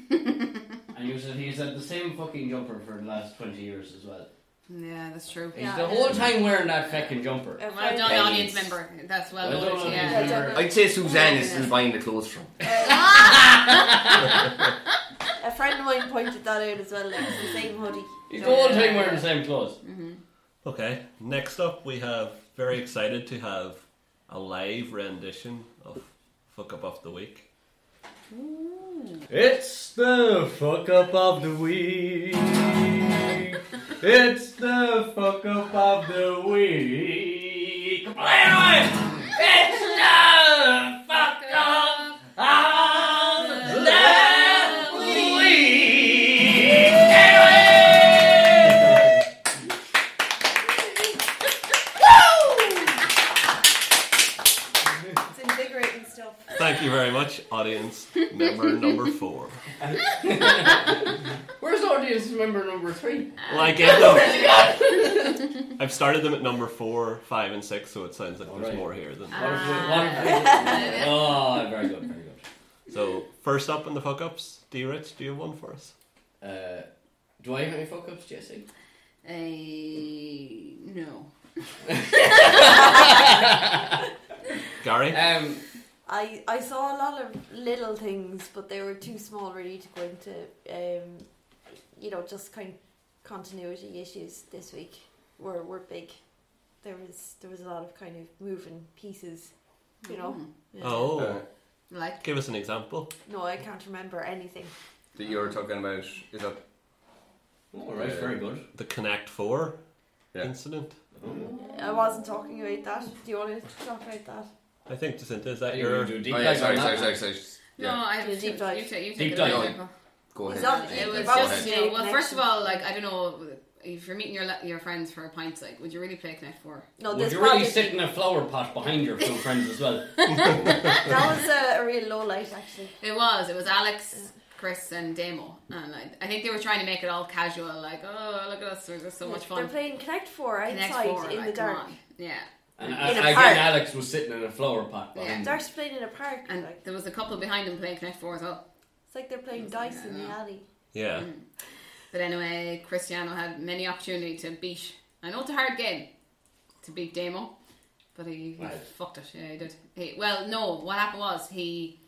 [SPEAKER 5] and you said he's had the same fucking jumper for the last twenty years as well.
[SPEAKER 3] yeah, that's true.
[SPEAKER 5] He's
[SPEAKER 4] Yeah.
[SPEAKER 5] the whole time wearing that fucking jumper.
[SPEAKER 4] Uh,
[SPEAKER 3] Well done,
[SPEAKER 2] Pennies.
[SPEAKER 3] audience member. That's well,
[SPEAKER 5] Well done,
[SPEAKER 3] noted,
[SPEAKER 5] audience
[SPEAKER 3] yeah.
[SPEAKER 5] member.
[SPEAKER 2] I'd say Suzanne is still buying the clothes from.
[SPEAKER 4] A friend of mine pointed that out as well. Like, it's the same hoodie.
[SPEAKER 5] He's the whole time wearing the same clothes.
[SPEAKER 1] Okay, next up we have very excited to have a live rendition of Fuck Up of the Week.
[SPEAKER 5] It's the fuck up of the week. It's the fuck up of the week. Play it away. It's the fuck up of the week. Anyway.
[SPEAKER 4] It's invigorating stuff.
[SPEAKER 1] Thank you very much, audience member number four.
[SPEAKER 5] Where's audience member number three?
[SPEAKER 1] Like Endo, I've started them at number four, five, and six, so it sounds like there's
[SPEAKER 5] Alright.
[SPEAKER 1] more here than.
[SPEAKER 5] What is it?
[SPEAKER 4] Ah. *laughs*
[SPEAKER 5] What- Oh, very good, very good.
[SPEAKER 1] So first up in the fuck ups, D Rich, do you have one for us?
[SPEAKER 5] Uh, do I have any fuck ups, Jesse?
[SPEAKER 3] Eh, no.
[SPEAKER 1] Gary,
[SPEAKER 5] Um,
[SPEAKER 4] I, I saw a lot of little things, but they were too small really to go into, um, you know, just kind of continuity issues this week were, were big. There was there was a lot of kind of moving pieces, you know.
[SPEAKER 3] Mm.
[SPEAKER 4] Yeah.
[SPEAKER 1] oh,
[SPEAKER 2] Uh,
[SPEAKER 3] Hmm. Like,
[SPEAKER 1] give us an example.
[SPEAKER 4] No, I can't remember anything.
[SPEAKER 2] that you were talking about is that
[SPEAKER 5] Oh, all right, very good.
[SPEAKER 1] The Connect Four
[SPEAKER 2] Yeah.
[SPEAKER 1] incident.
[SPEAKER 4] I wasn't talking about that. Do you want to talk about that?
[SPEAKER 1] I think Jacinta is that
[SPEAKER 5] You
[SPEAKER 1] your
[SPEAKER 5] do deep
[SPEAKER 2] Oh yeah,
[SPEAKER 5] dives
[SPEAKER 2] sorry,
[SPEAKER 5] on
[SPEAKER 2] sorry,
[SPEAKER 5] that.
[SPEAKER 2] sorry, sorry.
[SPEAKER 3] No,
[SPEAKER 2] Yeah,
[SPEAKER 3] I have
[SPEAKER 4] Do a deep dive.
[SPEAKER 3] You take, you take
[SPEAKER 5] Deep
[SPEAKER 3] it
[SPEAKER 5] dive.
[SPEAKER 3] away, Paul.
[SPEAKER 2] go ahead.
[SPEAKER 4] Exactly.
[SPEAKER 3] It was
[SPEAKER 4] Go
[SPEAKER 3] just,
[SPEAKER 4] ahead.
[SPEAKER 3] you know, well, first of all, like, I don't know, if you're meeting your la- your friends for a pint, like, would you really play Connect 4?
[SPEAKER 4] No,
[SPEAKER 5] Would
[SPEAKER 4] this
[SPEAKER 5] you really
[SPEAKER 4] project-
[SPEAKER 5] sit in a flower pot behind your two friends as well?
[SPEAKER 4] that was a, a real low light actually.
[SPEAKER 3] It was. It was Alex, Chris, and Damo. And I, I think they were trying to make it all casual, like, oh, look at us, we're just so much
[SPEAKER 4] They're
[SPEAKER 3] fun.
[SPEAKER 4] playing Connect Four
[SPEAKER 3] Connect
[SPEAKER 4] outside
[SPEAKER 3] 4,
[SPEAKER 4] in
[SPEAKER 3] like,
[SPEAKER 4] the
[SPEAKER 3] come
[SPEAKER 4] dark.
[SPEAKER 3] on. Yeah.
[SPEAKER 5] And
[SPEAKER 4] In a
[SPEAKER 5] again,
[SPEAKER 4] park.
[SPEAKER 5] Alex was sitting in a flower pot behind
[SPEAKER 4] Dark's playing in a park.
[SPEAKER 3] And
[SPEAKER 4] like,
[SPEAKER 3] there was a couple behind him playing Connect 4 as well.
[SPEAKER 4] it's like they're playing dice in the alley.
[SPEAKER 1] yeah.
[SPEAKER 3] But anyway, Cristiano had many opportunity to beat. I know it's a hard game to beat Damo, but he, he
[SPEAKER 5] Right.
[SPEAKER 3] fucked it. Yeah, he did. He, well, no, what happened was he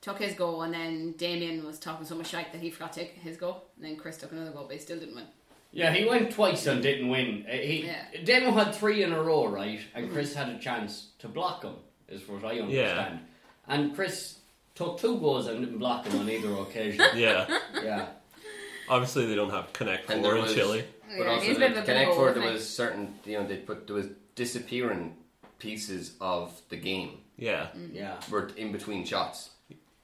[SPEAKER 3] took his goal, and then Damien was talking so much shite that he forgot to take his goal, and then Chris took another goal, but he still didn't win.
[SPEAKER 5] Yeah, he went twice and didn't win. Uh, He
[SPEAKER 3] Yeah.
[SPEAKER 5] Demo had three in a row, right? And Chris had a chance to block him, is what I understand. And Chris took two goals and didn't block him on either
[SPEAKER 3] *laughs*
[SPEAKER 5] occasion.
[SPEAKER 1] Yeah.
[SPEAKER 5] yeah.
[SPEAKER 1] Obviously, they don't have Connect
[SPEAKER 2] And
[SPEAKER 1] Four
[SPEAKER 2] there
[SPEAKER 1] in
[SPEAKER 2] was-
[SPEAKER 1] Chile.
[SPEAKER 2] But
[SPEAKER 3] Yeah,
[SPEAKER 2] also
[SPEAKER 3] he's a
[SPEAKER 2] the
[SPEAKER 3] bit of a
[SPEAKER 2] Connect
[SPEAKER 3] bimbo,
[SPEAKER 2] Four,
[SPEAKER 3] isn't
[SPEAKER 2] there
[SPEAKER 3] he?
[SPEAKER 2] was certain, you know, they put there was disappearing pieces of the game
[SPEAKER 1] Yeah.
[SPEAKER 5] Yeah.
[SPEAKER 2] were in between shots.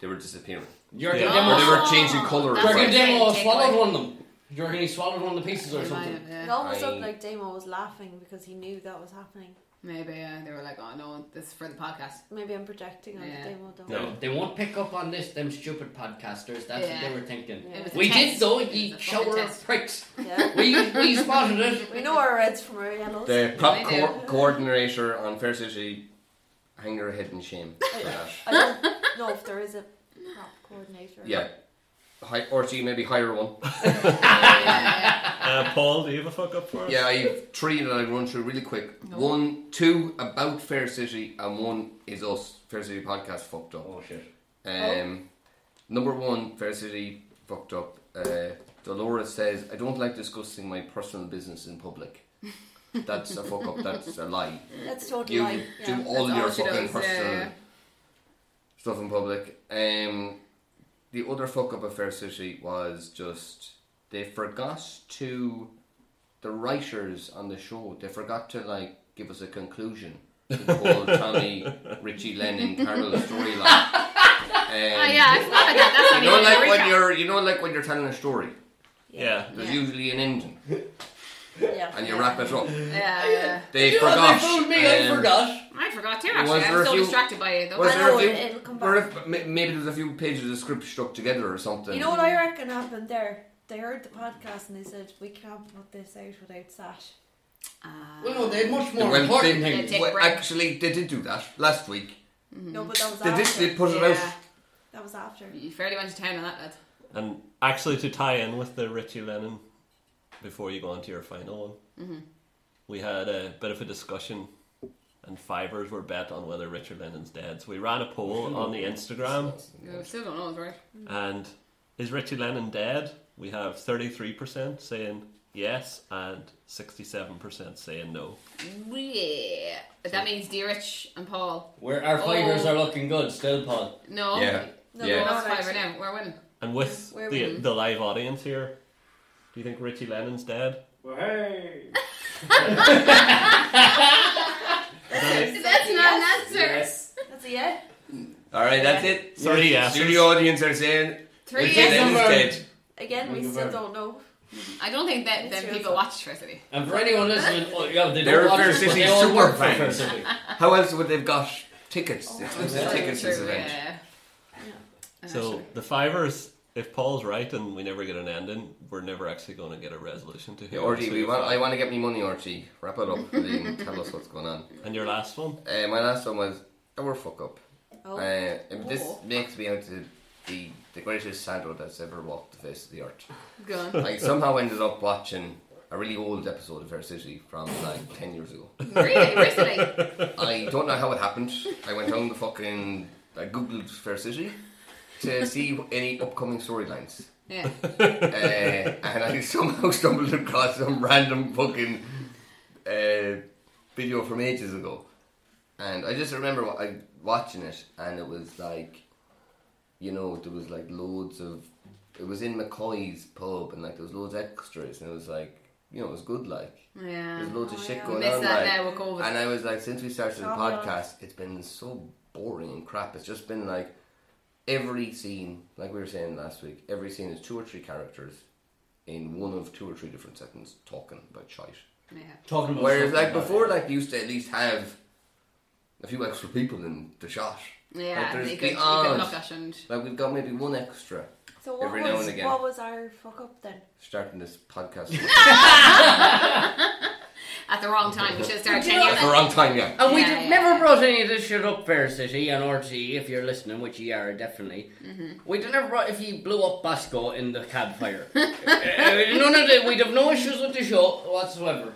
[SPEAKER 2] They were disappearing.
[SPEAKER 5] Do you reckon
[SPEAKER 1] Yeah.
[SPEAKER 2] Or
[SPEAKER 5] Demo,
[SPEAKER 2] they
[SPEAKER 5] do
[SPEAKER 2] were changing colour.
[SPEAKER 5] you
[SPEAKER 3] That's
[SPEAKER 5] reckon
[SPEAKER 3] what
[SPEAKER 2] Right.
[SPEAKER 3] I'm
[SPEAKER 5] Demo
[SPEAKER 3] saying,
[SPEAKER 5] swallowed
[SPEAKER 3] take away.
[SPEAKER 5] one of them? Do you reckon he swallowed one of the pieces or
[SPEAKER 3] They might
[SPEAKER 5] something?
[SPEAKER 3] have,
[SPEAKER 4] It
[SPEAKER 3] yeah.
[SPEAKER 4] almost
[SPEAKER 2] I-
[SPEAKER 4] looked like Damo was laughing because he knew that was happening.
[SPEAKER 3] Maybe yeah, they were like, oh no, this is for the podcast.
[SPEAKER 4] Maybe I'm projecting on
[SPEAKER 3] Yeah.
[SPEAKER 4] Damo though.
[SPEAKER 1] No.
[SPEAKER 5] They won't pick up on this, them stupid podcasters. That's what
[SPEAKER 3] Yeah.
[SPEAKER 5] they were thinking.
[SPEAKER 4] Yeah.
[SPEAKER 3] It was a
[SPEAKER 5] We
[SPEAKER 3] test.
[SPEAKER 5] did though,
[SPEAKER 3] It
[SPEAKER 5] ye
[SPEAKER 3] was a fucking
[SPEAKER 5] shower of *laughs*
[SPEAKER 3] test.
[SPEAKER 5] pricks.
[SPEAKER 4] Yeah.
[SPEAKER 5] We,
[SPEAKER 3] *laughs*
[SPEAKER 5] we spotted it.
[SPEAKER 4] We know our reds from our yellows.
[SPEAKER 2] The prop
[SPEAKER 3] They do.
[SPEAKER 2] co- coordinator on Fair City hang her head in shame
[SPEAKER 3] *laughs*
[SPEAKER 2] for that.
[SPEAKER 4] I don't know if there is a prop coordinator.
[SPEAKER 2] Yeah. Hi- or do you maybe hire one?
[SPEAKER 1] Uh, Paul, do you have a fuck up for us?
[SPEAKER 2] Yeah, I have three that I run through really quick. One, two about Fair City, and one is us. Fair City podcast fucked up.
[SPEAKER 5] Oh shit.
[SPEAKER 2] Um, Number one, Fair City fucked up. Uh, Dolores says, I don't like discussing my personal business in public. That's a fuck up, that's a lie.
[SPEAKER 4] That's totally
[SPEAKER 2] You
[SPEAKER 4] right.
[SPEAKER 2] do
[SPEAKER 4] Yeah.
[SPEAKER 2] all
[SPEAKER 3] That's
[SPEAKER 2] your
[SPEAKER 3] all she
[SPEAKER 2] fucking
[SPEAKER 3] does, yeah,
[SPEAKER 2] personal
[SPEAKER 3] yeah.
[SPEAKER 2] stuff in public. Um, the other fuck up of Fair City was just they forgot to the writers on the show. They forgot to like give us a conclusion to
[SPEAKER 5] *laughs*
[SPEAKER 2] the whole Tommy, Richie Lennon,
[SPEAKER 3] *laughs*
[SPEAKER 2] Carol storyline. Um,
[SPEAKER 3] Oh yeah, I forgot about that. That's
[SPEAKER 2] You
[SPEAKER 3] what
[SPEAKER 2] know,
[SPEAKER 3] he
[SPEAKER 2] like
[SPEAKER 3] did.
[SPEAKER 2] when you're, you know, like when you're telling a story.
[SPEAKER 1] Yeah.
[SPEAKER 2] There's
[SPEAKER 3] Yeah.
[SPEAKER 2] usually an ending,
[SPEAKER 4] Yeah.
[SPEAKER 2] and you wrap it up.
[SPEAKER 3] Yeah, yeah.
[SPEAKER 2] They
[SPEAKER 5] You know,
[SPEAKER 2] forgot.
[SPEAKER 5] They fooled me. I
[SPEAKER 2] um,
[SPEAKER 5] forgot.
[SPEAKER 3] I forgot too.
[SPEAKER 2] Was
[SPEAKER 3] Actually, I
[SPEAKER 2] there a
[SPEAKER 3] was so
[SPEAKER 2] few-
[SPEAKER 3] distracted by it.
[SPEAKER 2] Was
[SPEAKER 4] I
[SPEAKER 2] there
[SPEAKER 4] know,
[SPEAKER 2] a few?
[SPEAKER 4] it- it'll come
[SPEAKER 2] or
[SPEAKER 4] back.
[SPEAKER 2] if- ma- maybe there was a few pages of the script stuck together or something.
[SPEAKER 4] You know what I reckon happened there? They heard the podcast and they said, we can't put this out without Sash.
[SPEAKER 3] Uh,
[SPEAKER 5] Well, no, they had much more
[SPEAKER 2] Well,
[SPEAKER 5] important
[SPEAKER 2] they-
[SPEAKER 5] things.
[SPEAKER 3] Dick
[SPEAKER 2] well,
[SPEAKER 3] Brown.
[SPEAKER 2] actually, they did do that last week.
[SPEAKER 4] No, but that was
[SPEAKER 2] They
[SPEAKER 4] after.
[SPEAKER 2] did. They put it out.
[SPEAKER 3] Yeah.
[SPEAKER 4] That was after.
[SPEAKER 3] You fairly went to town on that, lad.
[SPEAKER 1] And actually, to tie in with the Richie Lennon, before you go on to your final one,
[SPEAKER 4] Mm-hmm.
[SPEAKER 1] we had a bit of a discussion, and fivers were bet on whether Richard Lennon's dead. So we ran a poll on the Instagram,
[SPEAKER 3] No, still don't know, right?
[SPEAKER 1] and is Richie Lennon dead? We have 33% saying yes and 67% saying no.
[SPEAKER 3] Yeah. But that means D. Rich and Paul.
[SPEAKER 5] Where our fighters are looking good still, Paul.
[SPEAKER 3] No.
[SPEAKER 2] Yeah.
[SPEAKER 4] No,
[SPEAKER 2] Yeah.
[SPEAKER 4] no,
[SPEAKER 5] Oh,
[SPEAKER 3] That's
[SPEAKER 4] no,
[SPEAKER 3] five right
[SPEAKER 4] actually.
[SPEAKER 3] now. We're winning.
[SPEAKER 1] And with
[SPEAKER 4] Where
[SPEAKER 1] the,
[SPEAKER 4] we-
[SPEAKER 1] the live audience here, do you think Richie Lennon's dead?
[SPEAKER 6] Well, hey.
[SPEAKER 3] That's not an answer.
[SPEAKER 6] Yes.
[SPEAKER 4] That's a yeah.
[SPEAKER 2] All right, that's it.
[SPEAKER 1] Sorry, yeah.
[SPEAKER 2] Studio audience are saying
[SPEAKER 3] Three
[SPEAKER 2] Richard
[SPEAKER 3] yes.
[SPEAKER 2] Lennon's
[SPEAKER 5] Number-
[SPEAKER 2] dead.
[SPEAKER 4] Again, we
[SPEAKER 5] Thank you
[SPEAKER 4] still
[SPEAKER 5] very
[SPEAKER 4] don't know.
[SPEAKER 3] I don't think that
[SPEAKER 4] It's
[SPEAKER 3] then
[SPEAKER 4] your
[SPEAKER 3] people
[SPEAKER 4] song.
[SPEAKER 3] watch Felicity.
[SPEAKER 5] And for anyone listening, oh, yeah, they
[SPEAKER 2] They're
[SPEAKER 5] don't watch
[SPEAKER 2] Fair
[SPEAKER 5] it, but
[SPEAKER 2] City
[SPEAKER 5] they all
[SPEAKER 2] super
[SPEAKER 5] work for
[SPEAKER 2] fans.
[SPEAKER 5] Fair City.
[SPEAKER 2] How else would they've got tickets? it's just
[SPEAKER 5] yeah.
[SPEAKER 2] tickets to this
[SPEAKER 3] True,
[SPEAKER 2] event.
[SPEAKER 3] yeah. And
[SPEAKER 1] So
[SPEAKER 3] actually-
[SPEAKER 1] the fivers, if Paul's right and we never get an ending, we're never actually going to get a resolution to
[SPEAKER 2] Yeah,
[SPEAKER 1] who.
[SPEAKER 2] Orgy,
[SPEAKER 1] this
[SPEAKER 2] we
[SPEAKER 1] week
[SPEAKER 2] want,
[SPEAKER 1] is.
[SPEAKER 2] I want to get me money, Orgy. Wrap it up and tell us what's going on.
[SPEAKER 1] And your last one,
[SPEAKER 2] Uh, my last one was, they were fuck up.
[SPEAKER 4] Oh,
[SPEAKER 2] Uh, and this
[SPEAKER 4] Oh.
[SPEAKER 2] makes me out to be the greatest shadow that's ever walked the face of the earth.
[SPEAKER 3] Go
[SPEAKER 4] *laughs*
[SPEAKER 3] on.
[SPEAKER 2] I somehow ended up watching a really old episode of Fair City from like 10 years ago.
[SPEAKER 3] really? Recently?
[SPEAKER 2] I don't know how it happened. I went down the fucking. I googled Fair City to see any upcoming storylines.
[SPEAKER 3] Yeah.
[SPEAKER 2] Uh, and I somehow stumbled across some random fucking uh, video from ages ago. And I just remember wa- I watching it, and it was like, you know, there was like loads of. It was in McCoy's pub, and like there was loads of extras, and it was like, you know, it was good. Like
[SPEAKER 3] Yeah.
[SPEAKER 2] there's loads of
[SPEAKER 4] Oh,
[SPEAKER 2] shit
[SPEAKER 4] yeah.
[SPEAKER 2] going
[SPEAKER 3] Miss
[SPEAKER 2] on.
[SPEAKER 3] that
[SPEAKER 2] like,
[SPEAKER 3] now with COVID.
[SPEAKER 2] and I was like, since we started the
[SPEAKER 4] Oh, yeah.
[SPEAKER 2] podcast, it's been so boring and crap. It's just been like every scene, like we were saying last week, every scene is two or three characters in one of two or three different seconings talking about shite.
[SPEAKER 3] Yeah.
[SPEAKER 5] *laughs* Talking about
[SPEAKER 2] Whereas,
[SPEAKER 5] something
[SPEAKER 2] like
[SPEAKER 5] about
[SPEAKER 2] before,
[SPEAKER 5] it.
[SPEAKER 2] like you used to at least have a few extra people in the shot.
[SPEAKER 3] Yeah,
[SPEAKER 2] Like, there's
[SPEAKER 3] you could,
[SPEAKER 2] the
[SPEAKER 3] you could
[SPEAKER 2] odds.
[SPEAKER 3] look at and
[SPEAKER 2] Like we've got maybe one extra
[SPEAKER 4] so what
[SPEAKER 2] every
[SPEAKER 4] was,
[SPEAKER 2] now and again.
[SPEAKER 4] What was our fuck up then?
[SPEAKER 2] starting this
[SPEAKER 3] *laughs*
[SPEAKER 2] podcast
[SPEAKER 3] at the wrong time. We should have
[SPEAKER 4] *laughs*
[SPEAKER 3] started ten
[SPEAKER 2] at
[SPEAKER 3] years.
[SPEAKER 2] the wrong time. Yeah.
[SPEAKER 5] And we
[SPEAKER 3] Yeah,
[SPEAKER 5] did,
[SPEAKER 3] yeah,
[SPEAKER 5] never
[SPEAKER 3] yeah.
[SPEAKER 5] brought any of this shit up, Fair City and RT, if you're listening, which you are definitely. We did never brought if you blew up Basco in the cab *laughs* fire. Uh, None of the, we'd have no issues with the show whatsoever.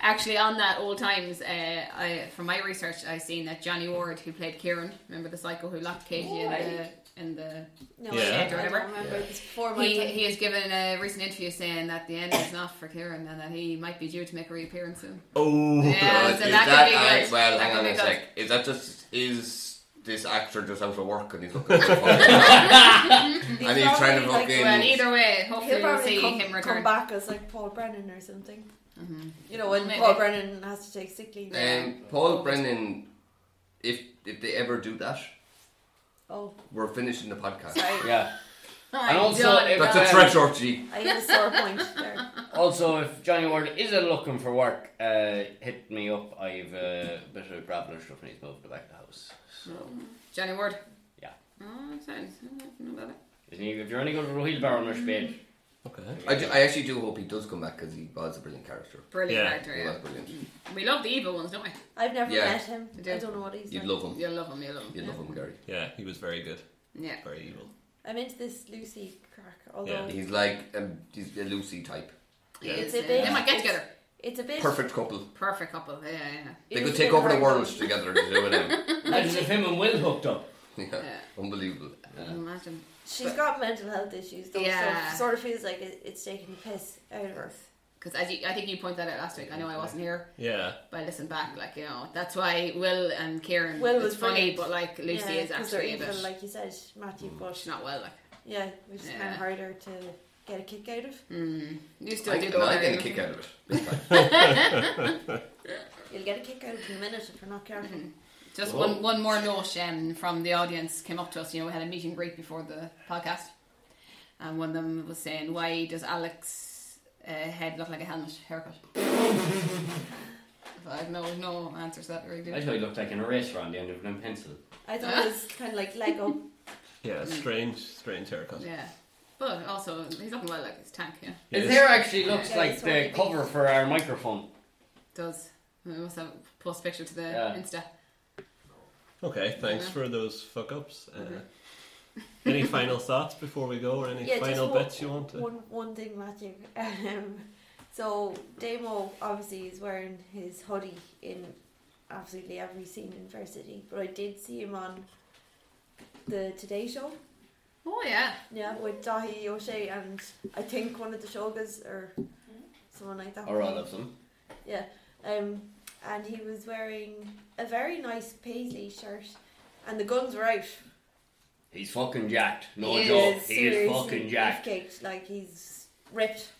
[SPEAKER 3] Actually, on that old times, uh, I, from my research, I seen that Johnny Ward, who played Kieran, remember the psycho who locked Katie in the in the
[SPEAKER 4] No,
[SPEAKER 1] Yeah.
[SPEAKER 4] I,
[SPEAKER 1] Yeah,
[SPEAKER 4] I
[SPEAKER 3] do you
[SPEAKER 4] don't
[SPEAKER 3] remember?
[SPEAKER 4] remember. It was before Oh my
[SPEAKER 3] he
[SPEAKER 4] time.
[SPEAKER 3] he has given a recent interview saying that the end is not for Kieran and that he might be due to make a reappearance soon.
[SPEAKER 1] oh,
[SPEAKER 3] Yeah,
[SPEAKER 2] Is
[SPEAKER 3] so that,
[SPEAKER 2] that-
[SPEAKER 3] could be
[SPEAKER 2] I-
[SPEAKER 3] good.
[SPEAKER 2] well,
[SPEAKER 3] That
[SPEAKER 2] hang
[SPEAKER 3] could
[SPEAKER 2] on
[SPEAKER 3] be
[SPEAKER 2] a
[SPEAKER 3] good.
[SPEAKER 2] sec. Is that just is this actor just out of work and he's looking for
[SPEAKER 3] *laughs*
[SPEAKER 2] fucking and he's trying
[SPEAKER 4] probably,
[SPEAKER 2] to
[SPEAKER 4] like,
[SPEAKER 2] fucking
[SPEAKER 3] Well, either way, hopefully
[SPEAKER 4] He'll
[SPEAKER 3] we'll
[SPEAKER 4] probably
[SPEAKER 3] see
[SPEAKER 4] come,
[SPEAKER 3] him
[SPEAKER 4] come
[SPEAKER 3] return.
[SPEAKER 4] back as like Paul Brennan or something. You know, when
[SPEAKER 3] Maybe.
[SPEAKER 4] Paul Brennan has to take sick leave.
[SPEAKER 2] um, Paul Brennan. If if they ever do that,
[SPEAKER 4] oh,
[SPEAKER 2] we're finishing the podcast.
[SPEAKER 4] sorry.
[SPEAKER 5] Yeah.
[SPEAKER 3] I'm
[SPEAKER 5] And also,
[SPEAKER 3] done.
[SPEAKER 5] if-
[SPEAKER 2] That's a threat, Orgy.
[SPEAKER 4] I had a sore point there.
[SPEAKER 5] Also, if Johnny Ward is looking for work, uh, hit me up. I've uh, a bit of gravel and stuff and he's moved to back of the house. So,
[SPEAKER 3] Johnny Ward.
[SPEAKER 5] Yeah.
[SPEAKER 3] Oh, that sounds. I don't know about that.
[SPEAKER 5] if you- if you're only going to wheelbarrow or spade,
[SPEAKER 1] okay.
[SPEAKER 2] I, ju- I actually do hope he does come back because he was a brilliant character.
[SPEAKER 3] Brilliant
[SPEAKER 1] Yeah.
[SPEAKER 3] character.
[SPEAKER 2] He
[SPEAKER 3] Yeah.
[SPEAKER 2] was brilliant.
[SPEAKER 3] We love the evil ones, don't we?
[SPEAKER 4] I've never
[SPEAKER 2] Yeah.
[SPEAKER 4] met him.
[SPEAKER 3] I do.
[SPEAKER 4] I don't know what he's
[SPEAKER 2] You'd
[SPEAKER 4] like.
[SPEAKER 2] love him.
[SPEAKER 3] You'll love them. You'll love them.
[SPEAKER 2] You'd love him, Gary.
[SPEAKER 1] Yeah, he was very good,
[SPEAKER 3] Yeah.
[SPEAKER 1] very evil.
[SPEAKER 4] I'm into this Lucy crack, although
[SPEAKER 1] Yeah.
[SPEAKER 2] He's like um, he's a Lucy type.
[SPEAKER 3] Yeah.
[SPEAKER 1] Yeah.
[SPEAKER 3] It's,
[SPEAKER 4] It's a
[SPEAKER 3] uh,
[SPEAKER 4] bit-
[SPEAKER 3] they might get together.
[SPEAKER 4] it's a bit.
[SPEAKER 2] Perfect couple.
[SPEAKER 3] Perfect couple. Yeah, yeah.
[SPEAKER 4] it
[SPEAKER 2] They
[SPEAKER 4] is
[SPEAKER 2] could
[SPEAKER 4] a
[SPEAKER 2] take
[SPEAKER 4] bit
[SPEAKER 2] over the
[SPEAKER 4] hard
[SPEAKER 2] world
[SPEAKER 4] going.
[SPEAKER 2] together. The two of them.
[SPEAKER 5] imagine if him and Will hooked up.
[SPEAKER 4] *laughs*
[SPEAKER 2] Yeah.
[SPEAKER 3] Yeah.
[SPEAKER 2] Unbelievable.
[SPEAKER 3] yeah. Imagine.
[SPEAKER 4] She's got mental health issues, though, so
[SPEAKER 3] Yeah.
[SPEAKER 4] it sort of feels like it, it's taking the piss out of her.
[SPEAKER 3] Because as you, I think you pointed that out last week. I know I wasn't here,
[SPEAKER 1] Yeah,
[SPEAKER 3] but I listened back. Like you know, that's why Will and Kieran.
[SPEAKER 4] Will
[SPEAKER 3] it's
[SPEAKER 4] was
[SPEAKER 3] funny,
[SPEAKER 4] brilliant.
[SPEAKER 3] but like Lucy
[SPEAKER 4] Yeah,
[SPEAKER 3] is
[SPEAKER 4] 'cause they're
[SPEAKER 3] actually a
[SPEAKER 4] evil,
[SPEAKER 3] bit.
[SPEAKER 4] like you said, Matthew
[SPEAKER 2] Mm.
[SPEAKER 4] Bush.
[SPEAKER 3] she's not well. Like
[SPEAKER 4] Yeah, which is kind
[SPEAKER 3] Yeah.
[SPEAKER 4] of harder to get a kick out of.
[SPEAKER 3] mm, you still
[SPEAKER 2] I
[SPEAKER 3] do
[SPEAKER 2] get,
[SPEAKER 3] go
[SPEAKER 2] I
[SPEAKER 3] there,
[SPEAKER 2] get a
[SPEAKER 3] don't
[SPEAKER 2] kick
[SPEAKER 3] you?
[SPEAKER 2] out of it.
[SPEAKER 4] *laughs*
[SPEAKER 2] big time.
[SPEAKER 4] You'll get a kick out in a minute if you're not careful.
[SPEAKER 3] Just
[SPEAKER 5] Whoa.
[SPEAKER 3] one, one more note um, from the audience came up to us. You know, we had a meeting greet before the podcast, and one of them was saying, "Why does Alex uh, head look like a helmet haircut?" *laughs* so I have no no answer to that really.
[SPEAKER 5] I thought he looked like an eraser on the end of an pencil.
[SPEAKER 4] I thought it was kind of like Lego.
[SPEAKER 1] yeah, strange, strange haircut.
[SPEAKER 3] Yeah, but also he's looking well like his tank. Yeah.
[SPEAKER 1] He
[SPEAKER 5] His
[SPEAKER 1] is-
[SPEAKER 5] hair actually looks
[SPEAKER 4] Yeah,
[SPEAKER 5] like
[SPEAKER 4] it's one of
[SPEAKER 5] the
[SPEAKER 4] these.
[SPEAKER 5] cover for our microphone.
[SPEAKER 3] does. We must have post a picture to the
[SPEAKER 5] Yeah.
[SPEAKER 3] Insta.
[SPEAKER 1] Okay, thanks for those fuck ups. Uh, Any final thoughts before we go, or any
[SPEAKER 4] Yeah, just
[SPEAKER 1] final
[SPEAKER 4] one-
[SPEAKER 1] bits you want to?
[SPEAKER 4] One one thing, Matthew. *laughs* Um, so Damo obviously is wearing his hoodie in absolutely every scene in Varsity, but I did see him on the Today Show.
[SPEAKER 3] Oh yeah.
[SPEAKER 4] Yeah, with Dahi O'Shea and I think one of the Shogas or someone like that.
[SPEAKER 5] Or all of them.
[SPEAKER 4] Um, and he was wearing a very nice paisley shirt, and the guns were out.
[SPEAKER 5] He's fucking jacked. No
[SPEAKER 3] He
[SPEAKER 5] joke.
[SPEAKER 4] is
[SPEAKER 5] he is
[SPEAKER 4] seriously
[SPEAKER 5] fucking jacked.
[SPEAKER 4] beefcaked, like he's ripped.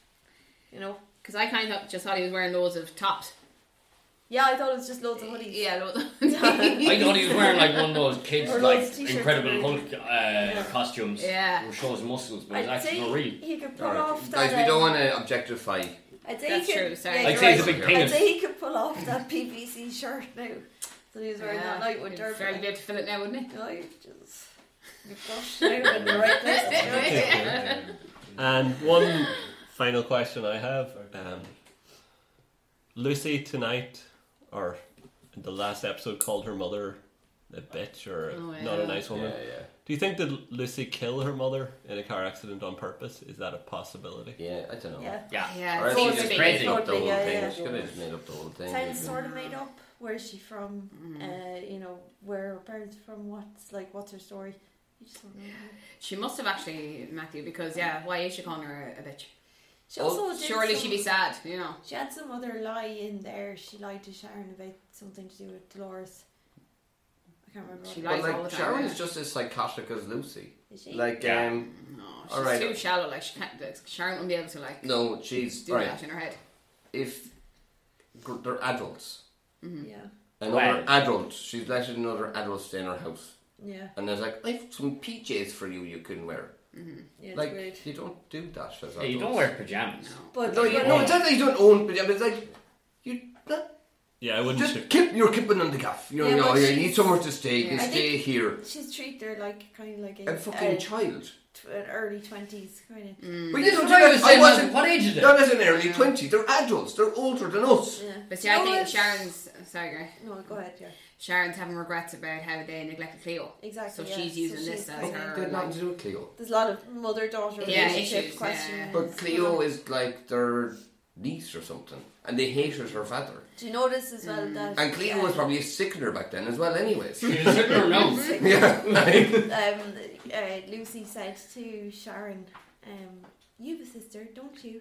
[SPEAKER 4] You know.
[SPEAKER 3] Because I kind of just thought he was wearing loads of tops.
[SPEAKER 4] Yeah, I thought it was just loads of hoodies.
[SPEAKER 3] Yeah,
[SPEAKER 5] *laughs*
[SPEAKER 3] loads of
[SPEAKER 5] I thought he was wearing like one of those kids,
[SPEAKER 4] Or
[SPEAKER 5] like
[SPEAKER 4] those t-shirts
[SPEAKER 5] Incredible
[SPEAKER 4] and-
[SPEAKER 5] Hulk uh, costumes.
[SPEAKER 3] Yeah.
[SPEAKER 5] Who shows muscles, but
[SPEAKER 4] I'd
[SPEAKER 5] it's actually
[SPEAKER 4] say
[SPEAKER 5] not real.
[SPEAKER 4] he could pull
[SPEAKER 2] All right.
[SPEAKER 4] off that.
[SPEAKER 2] Guys, we don't
[SPEAKER 4] um,
[SPEAKER 2] want to objectify.
[SPEAKER 4] I'd say
[SPEAKER 3] That's
[SPEAKER 4] he could,
[SPEAKER 3] true, sorry.
[SPEAKER 4] Yeah,
[SPEAKER 5] I'd
[SPEAKER 4] you're
[SPEAKER 5] say
[SPEAKER 4] right.
[SPEAKER 5] he's a big
[SPEAKER 2] I'd
[SPEAKER 4] I'd
[SPEAKER 5] *laughs* penis.
[SPEAKER 4] say he could pull off that PVC shirt now. So he was wearing
[SPEAKER 3] Yeah,
[SPEAKER 4] that night with
[SPEAKER 3] he'd
[SPEAKER 4] Derby.
[SPEAKER 3] Very good to fill it now, wouldn't
[SPEAKER 4] You know, you just you flush now in the right place. you know.
[SPEAKER 3] *laughs* he?
[SPEAKER 1] And one final question I have: um, Lucy tonight, or in the last episode, called her mother a bitch or
[SPEAKER 3] Oh, yeah.
[SPEAKER 1] not a nice
[SPEAKER 2] Yeah,
[SPEAKER 1] woman. Do you think that Lucy kill her mother in a car accident on purpose? Is that a possibility?
[SPEAKER 2] yeah, yeah. I don't know.
[SPEAKER 4] Yeah.
[SPEAKER 5] Yeah.
[SPEAKER 2] Or
[SPEAKER 3] Yeah,
[SPEAKER 2] else
[SPEAKER 4] Totally.
[SPEAKER 2] she
[SPEAKER 3] it's
[SPEAKER 2] just
[SPEAKER 3] just
[SPEAKER 2] made
[SPEAKER 3] crazy.
[SPEAKER 2] up the
[SPEAKER 4] Totally,
[SPEAKER 2] whole
[SPEAKER 4] yeah,
[SPEAKER 2] thing.
[SPEAKER 4] yeah.
[SPEAKER 2] She could have just made up the whole thing.
[SPEAKER 4] Sounds
[SPEAKER 2] even.
[SPEAKER 4] sort of made up. Where is she from?
[SPEAKER 3] Mm.
[SPEAKER 4] Uh, you know, where are her parents from? What's like? What's her story? You just don't know.
[SPEAKER 3] She must have actually, Matthew, because yeah, why is she calling her a bitch?
[SPEAKER 4] She also did
[SPEAKER 3] Oh, Surely
[SPEAKER 4] some-
[SPEAKER 3] she'd be sad, you know.
[SPEAKER 4] She had some other lie in there. She lied to Sharon about something to do with Dolores. I can't remember.
[SPEAKER 3] She
[SPEAKER 4] what
[SPEAKER 2] But
[SPEAKER 3] lies all the
[SPEAKER 2] like,
[SPEAKER 3] time,
[SPEAKER 2] Sharon
[SPEAKER 3] yeah.
[SPEAKER 2] is just as psychotic as Lucy.
[SPEAKER 4] Is she?
[SPEAKER 2] Like,
[SPEAKER 5] Yeah.
[SPEAKER 2] um,
[SPEAKER 3] No, she's
[SPEAKER 2] All right.
[SPEAKER 3] too shallow. Like she can't. like, Sharon wouldn't be able to like
[SPEAKER 2] no, she's
[SPEAKER 3] do
[SPEAKER 2] right.
[SPEAKER 3] that in her head.
[SPEAKER 2] If gr- they're adults,
[SPEAKER 4] yeah,
[SPEAKER 2] another
[SPEAKER 5] Right.
[SPEAKER 2] adult, she's letting another adult stay in her house,
[SPEAKER 4] yeah,
[SPEAKER 2] and there's like, I've some PJs for you you can wear.
[SPEAKER 4] yeah. It's
[SPEAKER 2] Like,
[SPEAKER 4] weird.
[SPEAKER 2] you don't do that as adults.
[SPEAKER 5] Hey, you don't wear pajamas.
[SPEAKER 4] But,
[SPEAKER 2] No, you,
[SPEAKER 4] but
[SPEAKER 2] no,
[SPEAKER 4] like,
[SPEAKER 2] it's not that you don't own pajamas. It's like you that,
[SPEAKER 1] Yeah, I wouldn't.
[SPEAKER 2] just
[SPEAKER 1] shoot.
[SPEAKER 2] keep. You're keeping on the gaff. You
[SPEAKER 4] Yeah,
[SPEAKER 2] know,
[SPEAKER 4] but
[SPEAKER 2] you
[SPEAKER 4] she's-
[SPEAKER 2] need somewhere to stay. You can
[SPEAKER 4] I think-
[SPEAKER 2] stay here.
[SPEAKER 4] she's uh, treated her like kind of like a,
[SPEAKER 2] A fucking
[SPEAKER 4] a
[SPEAKER 2] child.
[SPEAKER 4] tw- an early twenties kind of.
[SPEAKER 3] Mm.
[SPEAKER 2] But you don't
[SPEAKER 5] That's what
[SPEAKER 2] do
[SPEAKER 5] I
[SPEAKER 2] that.
[SPEAKER 5] was saying,
[SPEAKER 2] I wasn't.
[SPEAKER 5] what age is it?
[SPEAKER 2] That is an early twenty. They're adults. They're older than us.
[SPEAKER 4] Yeah.
[SPEAKER 3] But yeah,
[SPEAKER 4] No,
[SPEAKER 3] I think
[SPEAKER 4] it's-
[SPEAKER 3] Sharon's sorry, Gary.
[SPEAKER 4] No, go ahead. Yeah,
[SPEAKER 3] Sharon's having regrets about how they neglected Cleo.
[SPEAKER 4] exactly.
[SPEAKER 3] So
[SPEAKER 4] yeah.
[SPEAKER 3] she's using this as
[SPEAKER 4] kind of-
[SPEAKER 3] her-
[SPEAKER 2] They're not to do with Cleo.
[SPEAKER 4] There's a lot of mother-daughter
[SPEAKER 3] Yeah,
[SPEAKER 4] relationship
[SPEAKER 3] issues,
[SPEAKER 4] questions.
[SPEAKER 3] yeah.
[SPEAKER 2] But Cleo is like their niece or something, and they hated her father.
[SPEAKER 4] Do you notice as well that?
[SPEAKER 2] Mm. And Cleo
[SPEAKER 4] um,
[SPEAKER 2] was probably a sickener back then as well, anyways. *laughs*
[SPEAKER 5] She's sitting her nose.
[SPEAKER 2] yeah, like,
[SPEAKER 4] Um, uh, Lucy said to Sharon, um, "You have a sister, don't you?"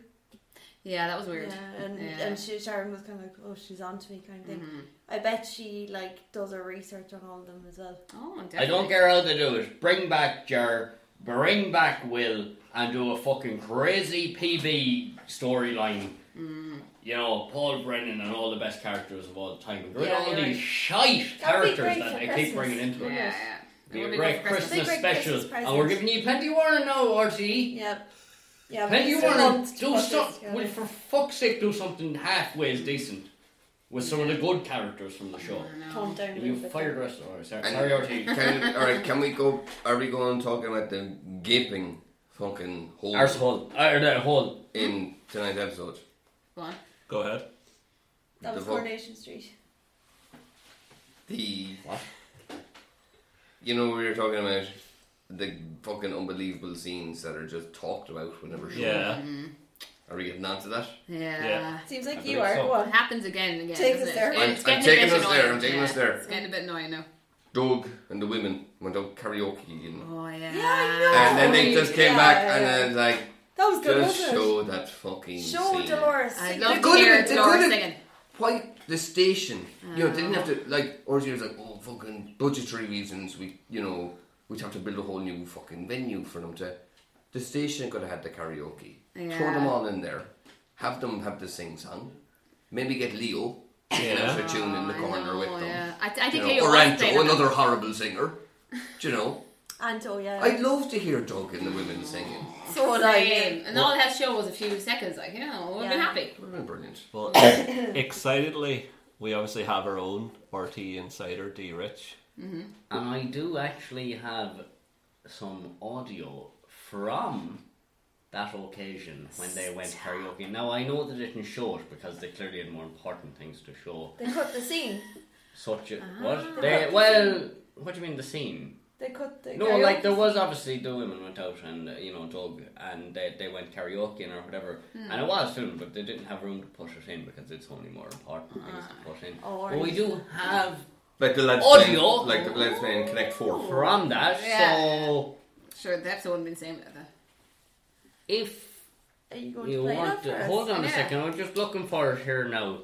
[SPEAKER 3] Yeah, that was weird.
[SPEAKER 4] Yeah, and
[SPEAKER 3] Yeah. Mm-hmm.
[SPEAKER 4] and she, Sharon was kind of like, "Oh, she's on to me," kind of thing. I bet she like does her research on all of them as well.
[SPEAKER 3] Oh, definitely.
[SPEAKER 5] I don't care how they do it. Bring back Jer, bring back Will, and do a fucking crazy PB storyline. You know, Paul Brennan and all the best characters of all time. Bring
[SPEAKER 3] Yeah,
[SPEAKER 5] all
[SPEAKER 3] you're
[SPEAKER 5] these
[SPEAKER 3] right.
[SPEAKER 5] shite
[SPEAKER 4] That'd be
[SPEAKER 5] characters
[SPEAKER 4] great
[SPEAKER 5] that
[SPEAKER 4] for
[SPEAKER 5] they
[SPEAKER 4] Christmas.
[SPEAKER 5] keep bringing into
[SPEAKER 3] Yeah,
[SPEAKER 5] it.
[SPEAKER 3] yeah.
[SPEAKER 5] Be
[SPEAKER 3] It
[SPEAKER 5] a
[SPEAKER 3] would
[SPEAKER 5] great
[SPEAKER 3] good for
[SPEAKER 5] Christmas,
[SPEAKER 4] Big, great
[SPEAKER 5] special,
[SPEAKER 4] Christmas present.
[SPEAKER 5] and we're giving you plenty of warning now, RTE.
[SPEAKER 4] Yeah, yeah.
[SPEAKER 5] Plenty of
[SPEAKER 4] but it's a
[SPEAKER 5] warning.
[SPEAKER 4] month to
[SPEAKER 5] Do
[SPEAKER 4] put
[SPEAKER 5] stuff.
[SPEAKER 4] this together.
[SPEAKER 5] Will for fuck's sake do something halfway decent with some of the good characters from the show.
[SPEAKER 4] Tone down a
[SPEAKER 5] You
[SPEAKER 4] little bit.
[SPEAKER 5] fire the rest of them. Sorry,
[SPEAKER 2] And-
[SPEAKER 5] sorry, RTE.
[SPEAKER 2] can, all right, can we go? Are we going talking about the gaping fucking hole
[SPEAKER 5] Arsehole. Uh, the hole.
[SPEAKER 2] in tonight's episode?
[SPEAKER 3] Go on.
[SPEAKER 1] Go ahead.
[SPEAKER 4] That was
[SPEAKER 2] The vote.
[SPEAKER 4] Coronation Street.
[SPEAKER 2] The you know we were talking about the fucking unbelievable scenes that are just talked about whenever. shown.
[SPEAKER 1] Yeah.
[SPEAKER 2] Are we getting onto that?
[SPEAKER 3] Mm-hmm. Yeah.
[SPEAKER 1] Yeah.
[SPEAKER 4] Seems like
[SPEAKER 5] I
[SPEAKER 4] you
[SPEAKER 5] believe
[SPEAKER 4] are.
[SPEAKER 5] so.
[SPEAKER 4] Go on.
[SPEAKER 3] It happens again and again.
[SPEAKER 4] Take
[SPEAKER 3] doesn't
[SPEAKER 4] us
[SPEAKER 3] it?
[SPEAKER 4] there.
[SPEAKER 3] It's
[SPEAKER 4] I'm-
[SPEAKER 2] I'm
[SPEAKER 3] getting a
[SPEAKER 2] taking
[SPEAKER 3] bit
[SPEAKER 2] us there,
[SPEAKER 3] annoying.
[SPEAKER 2] I'm taking
[SPEAKER 3] Yeah,
[SPEAKER 2] us there.
[SPEAKER 3] It's getting a bit annoying now.
[SPEAKER 2] Doug and the women went out karaoke, and,
[SPEAKER 3] Oh yeah.
[SPEAKER 4] Yeah, I know.
[SPEAKER 2] and then they just came
[SPEAKER 4] Yeah,
[SPEAKER 2] back
[SPEAKER 4] yeah,
[SPEAKER 2] and
[SPEAKER 4] yeah.
[SPEAKER 2] then like
[SPEAKER 4] That was good,
[SPEAKER 2] just
[SPEAKER 4] wasn't
[SPEAKER 2] show that fucking
[SPEAKER 4] it? Show
[SPEAKER 2] scene.
[SPEAKER 4] Dolores.
[SPEAKER 3] I'd
[SPEAKER 4] sing
[SPEAKER 3] love
[SPEAKER 4] the-
[SPEAKER 3] to hear
[SPEAKER 2] could've- they
[SPEAKER 3] Dolores
[SPEAKER 2] could've-
[SPEAKER 3] singing.
[SPEAKER 2] Why the station? You know, they didn't have
[SPEAKER 3] Ah.
[SPEAKER 2] to like. Or she was like, oh, fucking budgetary reasons. We, you know, we'd have to build a whole new fucking venue for them to. The station could have had the karaoke. Throw them
[SPEAKER 3] Yeah.
[SPEAKER 2] all in there. Have them have the sing song. Maybe get Leo. singing
[SPEAKER 1] Yeah.
[SPEAKER 2] out a tune in the
[SPEAKER 3] I
[SPEAKER 2] corner
[SPEAKER 3] know,
[SPEAKER 2] with them.
[SPEAKER 3] yeah. I, I
[SPEAKER 2] You
[SPEAKER 3] think
[SPEAKER 2] know,
[SPEAKER 3] Leo
[SPEAKER 2] or
[SPEAKER 3] was
[SPEAKER 2] Anto,
[SPEAKER 3] playing on
[SPEAKER 2] another horrible singer. Do you know?
[SPEAKER 4] Anto, oh, yeah.
[SPEAKER 2] I'd love to hear Doug and the women singing.
[SPEAKER 4] so would
[SPEAKER 3] the
[SPEAKER 4] I.
[SPEAKER 3] same.
[SPEAKER 4] yeah.
[SPEAKER 3] And all that show was a few seconds. Like you know, we've been
[SPEAKER 4] Yeah.
[SPEAKER 3] happy.
[SPEAKER 2] It would have been brilliant.
[SPEAKER 3] *coughs*
[SPEAKER 1] Well, excitedly, we obviously have our own RT insider, D Rich.
[SPEAKER 5] And I do actually have some audio from that occasion when they went karaoke. Now I know they didn't show it because they clearly had more important things to show.
[SPEAKER 4] They cut the scene.
[SPEAKER 5] Such a
[SPEAKER 3] Ah.
[SPEAKER 5] what?
[SPEAKER 4] They
[SPEAKER 5] They
[SPEAKER 4] cut the
[SPEAKER 5] well, what do you mean the scene?
[SPEAKER 4] They cut the.
[SPEAKER 5] No,
[SPEAKER 4] karaoke
[SPEAKER 5] like there
[SPEAKER 4] scene.
[SPEAKER 5] was obviously the women went out and uh, you know dug and they they went karaoke or whatever,
[SPEAKER 4] Hmm.
[SPEAKER 5] and it was filmed, but they didn't have room to put it in because it's only more important things to put in.
[SPEAKER 4] Oh,
[SPEAKER 5] But we
[SPEAKER 4] right.
[SPEAKER 5] do have
[SPEAKER 2] Like the lads playing,
[SPEAKER 5] Audio?
[SPEAKER 2] like the lads playing Connect Four.
[SPEAKER 5] from that, so
[SPEAKER 3] Sure, the episode wouldn't been the same without that.
[SPEAKER 5] if
[SPEAKER 4] Are you going to
[SPEAKER 5] you
[SPEAKER 4] play
[SPEAKER 5] want
[SPEAKER 4] that for
[SPEAKER 5] to
[SPEAKER 4] us?
[SPEAKER 5] hold on a
[SPEAKER 3] Yeah.
[SPEAKER 5] second, I'm just looking for it here now.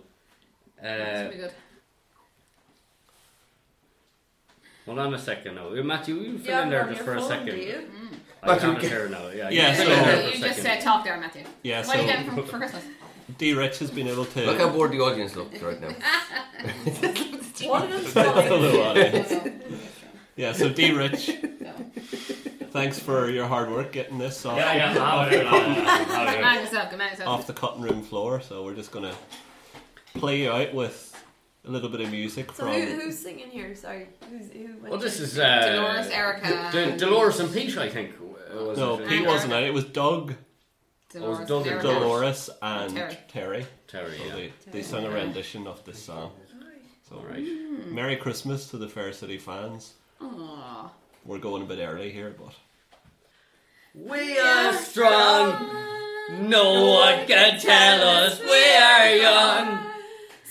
[SPEAKER 3] That's
[SPEAKER 5] Uh,
[SPEAKER 3] pretty good.
[SPEAKER 5] hold on a second now, Uh, Matthew, will you
[SPEAKER 4] You
[SPEAKER 5] fill
[SPEAKER 4] have
[SPEAKER 5] in
[SPEAKER 4] it
[SPEAKER 5] there
[SPEAKER 4] on
[SPEAKER 5] just
[SPEAKER 4] your
[SPEAKER 5] for a
[SPEAKER 4] phone,
[SPEAKER 5] second.
[SPEAKER 4] do you?
[SPEAKER 5] *laughs* I
[SPEAKER 2] Matthew,
[SPEAKER 5] have it
[SPEAKER 2] get-
[SPEAKER 5] here now. Yeah,
[SPEAKER 1] Yeah,
[SPEAKER 5] you
[SPEAKER 1] so-
[SPEAKER 5] fill in there for a
[SPEAKER 3] you just
[SPEAKER 5] second.
[SPEAKER 3] uh, talk there, Matthew.
[SPEAKER 1] Yeah,
[SPEAKER 3] what are you
[SPEAKER 1] so-
[SPEAKER 3] getting for, for Christmas?
[SPEAKER 1] D. Rich has been able to.
[SPEAKER 2] Look how bored the audience looks right *laughs* now.
[SPEAKER 4] One of them's
[SPEAKER 1] Hello,
[SPEAKER 5] uh,
[SPEAKER 4] fine.
[SPEAKER 3] *laughs*
[SPEAKER 1] Ollie.
[SPEAKER 3] no.
[SPEAKER 1] Yeah, so D.
[SPEAKER 3] *laughs*
[SPEAKER 1] Rich, thanks for your hard work getting this off,
[SPEAKER 5] Yeah, yeah, I'll do it, I'll do it, I'll do it. *laughs*
[SPEAKER 3] Good man yourself, good man yourself.
[SPEAKER 1] off the cutting room floor. So we're just gonna play you out with a little bit of music
[SPEAKER 4] So
[SPEAKER 1] from.
[SPEAKER 4] who, who's singing here? Sorry, who's who? went
[SPEAKER 5] Well, this
[SPEAKER 4] there?
[SPEAKER 5] is uh,
[SPEAKER 3] Dolores, Erica.
[SPEAKER 5] D- Dolores and Pete, I think. uh, Was
[SPEAKER 1] no,
[SPEAKER 5] it?
[SPEAKER 1] Pete wasn't out. It was Doug,
[SPEAKER 5] Oh,
[SPEAKER 3] Dolores,
[SPEAKER 5] Doug and
[SPEAKER 3] Erica.
[SPEAKER 1] Dolores, and Terry.
[SPEAKER 3] Terry.
[SPEAKER 5] Terry.
[SPEAKER 1] So
[SPEAKER 5] Yeah.
[SPEAKER 1] they, they sung a rendition of this song.
[SPEAKER 5] All
[SPEAKER 1] So
[SPEAKER 5] right.
[SPEAKER 1] Merry Christmas to the Fair City fans.
[SPEAKER 3] Aw.
[SPEAKER 1] We're going a bit early here, but
[SPEAKER 5] We are strong. No one can tell us we are young.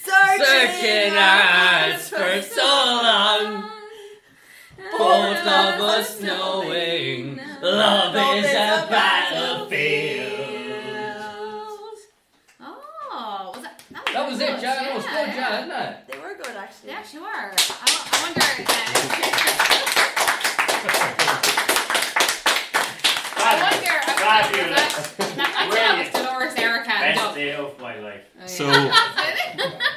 [SPEAKER 5] Searching our hearts for so long. Both of us knowing love is a battlefield.
[SPEAKER 3] Oh, was that, that, was,
[SPEAKER 5] That was
[SPEAKER 3] good.
[SPEAKER 5] it, John. That was good,
[SPEAKER 3] yeah.
[SPEAKER 5] John, isn't it?
[SPEAKER 4] They were good actually.
[SPEAKER 3] Yeah, sure. I, I wonder. Uh,
[SPEAKER 7] *laughs*
[SPEAKER 3] I wonder. I wonder.
[SPEAKER 7] Fabulous.
[SPEAKER 3] That, that, that was Dolores Erica. and
[SPEAKER 7] Best
[SPEAKER 3] Doug.
[SPEAKER 7] day of my life.
[SPEAKER 3] Oh, yeah.
[SPEAKER 1] so
[SPEAKER 3] Is it?